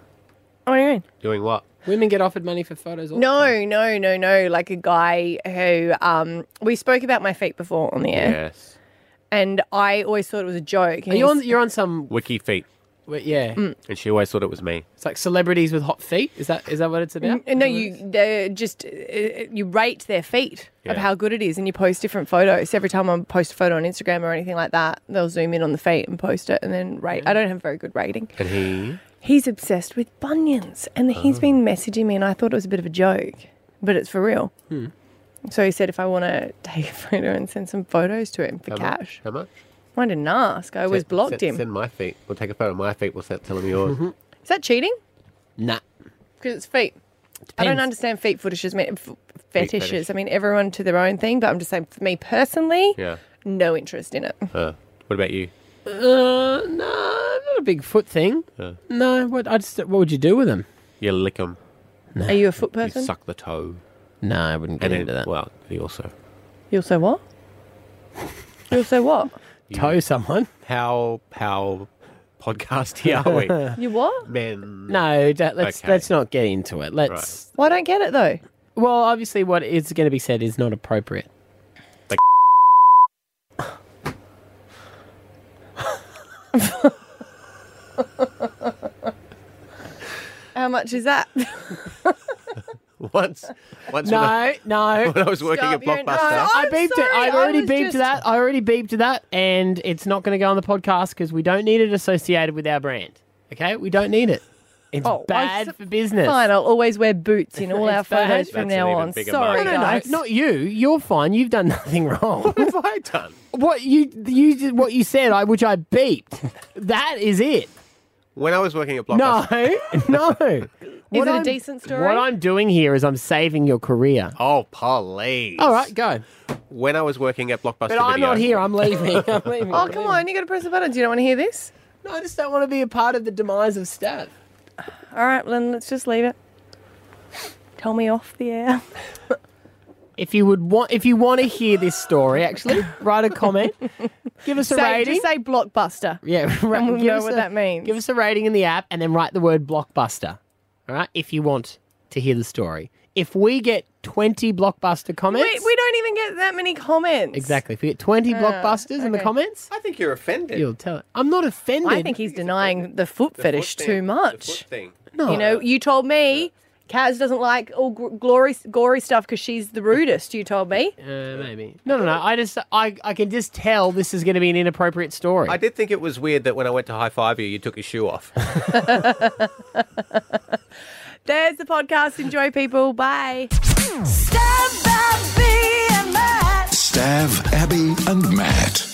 S2: What do you mean?
S3: Doing what?
S1: Women get offered money for photos all
S2: No, no, no, no. Like a guy who, um, we spoke about my feet before on the air.
S3: Yes.
S2: And I always thought it was a joke.
S1: Are you on, you're on some.
S3: Wiki feet.
S1: Wait, yeah.
S3: And she always thought it was me.
S1: Mm. It's like celebrities with hot feet. Is that is that what it's about?
S2: No, you they're just uh, you rate their feet of
S1: Yeah.
S2: how good it is, and you post different photos. Every time I post a photo on Instagram or anything like that, they'll zoom in on the feet and post it, and then rate. I don't have a very good rating.
S3: And he.
S2: He's obsessed with bunions, and he's been messaging me, and I thought it was a bit of a joke, but it's for real.
S3: Hmm.
S2: So he said if I want to take a photo and send some photos to him for cash.
S3: How much?
S2: I didn't ask. I always
S3: Send-
S2: blocked
S3: send-
S2: him.
S3: Send my feet. We'll take a photo of my feet. We'll send, tell him yours.
S2: Is that cheating?
S1: (laughs) Nah.
S2: Because it's feet. I don't
S1: Depends.
S2: understand feet fetishes, man- f- fetishes.
S3: fetish.
S2: I mean, everyone to their own thing, but I'm just saying, for me personally,
S3: Yeah.
S2: no interest in it.
S3: Uh, what about you?
S1: Uh, no, not a big foot thing.
S3: Uh,
S1: No, what I just, what would you do with them?
S3: you lick them.
S2: Are you a foot
S3: You
S2: person?
S3: suck the toe.
S1: No, I wouldn't get
S3: and
S1: into
S3: then,
S1: that.
S3: Well, you also.
S2: You also what? You also what?
S1: Toe someone?
S3: How how (laughs) podcasty are we?
S2: You what?
S3: Men.
S1: No, da- let's
S3: Okay.
S1: let's not get into it. Let's.
S2: Well, I don't get it though.
S1: Well, obviously, what is going to be said is not appropriate.
S3: Like-
S2: How much is
S1: (laughs)
S2: that?
S3: Once, once
S1: no,
S3: when, I, (laughs)
S1: no.
S3: (laughs) when I was working
S2: Stop, you're not-
S3: at Blockbuster,
S1: I
S2: I'm
S1: beeped
S2: sorry,
S1: it. I've
S2: I
S1: already
S2: was
S1: beeped
S2: just-
S1: that. I already beeped that, and it's not going to go on the podcast because we don't need it associated with our brand. Okay, we don't need it. It's
S2: Oh,
S1: bad
S2: I-
S1: for business.
S2: Fine, I'll always wear boots
S1: (laughs)
S2: in all our
S1: It's bad.
S2: photos from now on. Sorry,
S1: no, no, no,
S2: guys.
S1: not you. You're fine. You've done (laughs) nothing wrong. what have
S3: I done?
S1: What you you did what you said, I which I beeped. that is it.
S3: When I was working at
S1: No,
S3: Blockbuster, (laughs)
S1: no. Is
S2: Is it a decent story?
S1: What I'm doing here is I'm saving your career.
S3: Oh, please.
S1: All right, go.
S3: when I was working at Blockbuster,
S1: But I'm
S3: Video-
S1: not here. I'm leaving. (laughs) I'm leaving.
S2: Oh, come on. you got to press the button. Do you not want to hear this?
S1: No, I just don't want to be a part of the demise of Stab.
S2: (sighs) All right, well, then let's just leave it. Tell me off the air.
S1: If you would want, if you want to hear this story, actually, write a comment. (laughs) Give us a
S2: Say-
S1: rating.
S2: Just say blockbuster.
S1: yeah, (laughs) right,
S2: And we'll
S1: give
S2: know
S1: us
S2: what
S1: a-
S2: that means.
S1: Give us a rating in the app, and then write the word blockbuster. All right, if you want to hear the story. If we get twenty blockbuster
S2: We,
S1: comments,
S2: we don't even get that many comments.
S1: exactly. If we get twenty
S2: Ah,
S1: blockbusters in the
S2: okay.
S1: comments,
S3: I think you're offended.
S1: you'll tell it. I'm not offended.
S2: I think he's denying the foot fetish
S1: thing,
S2: too
S1: the
S2: much.
S3: thing.
S1: No.
S2: You know, you told me Kaz doesn't like all gr- glory, gory stuff because she's the rudest, you told me.
S1: Uh, maybe. No, no, no. I just, I, I can just tell this is going to be an inappropriate story.
S3: I did think it was weird that when I went to high five you, you took your shoe off.
S2: There's the podcast. Enjoy, people. Bye.
S4: Stav, Abby, and Matt.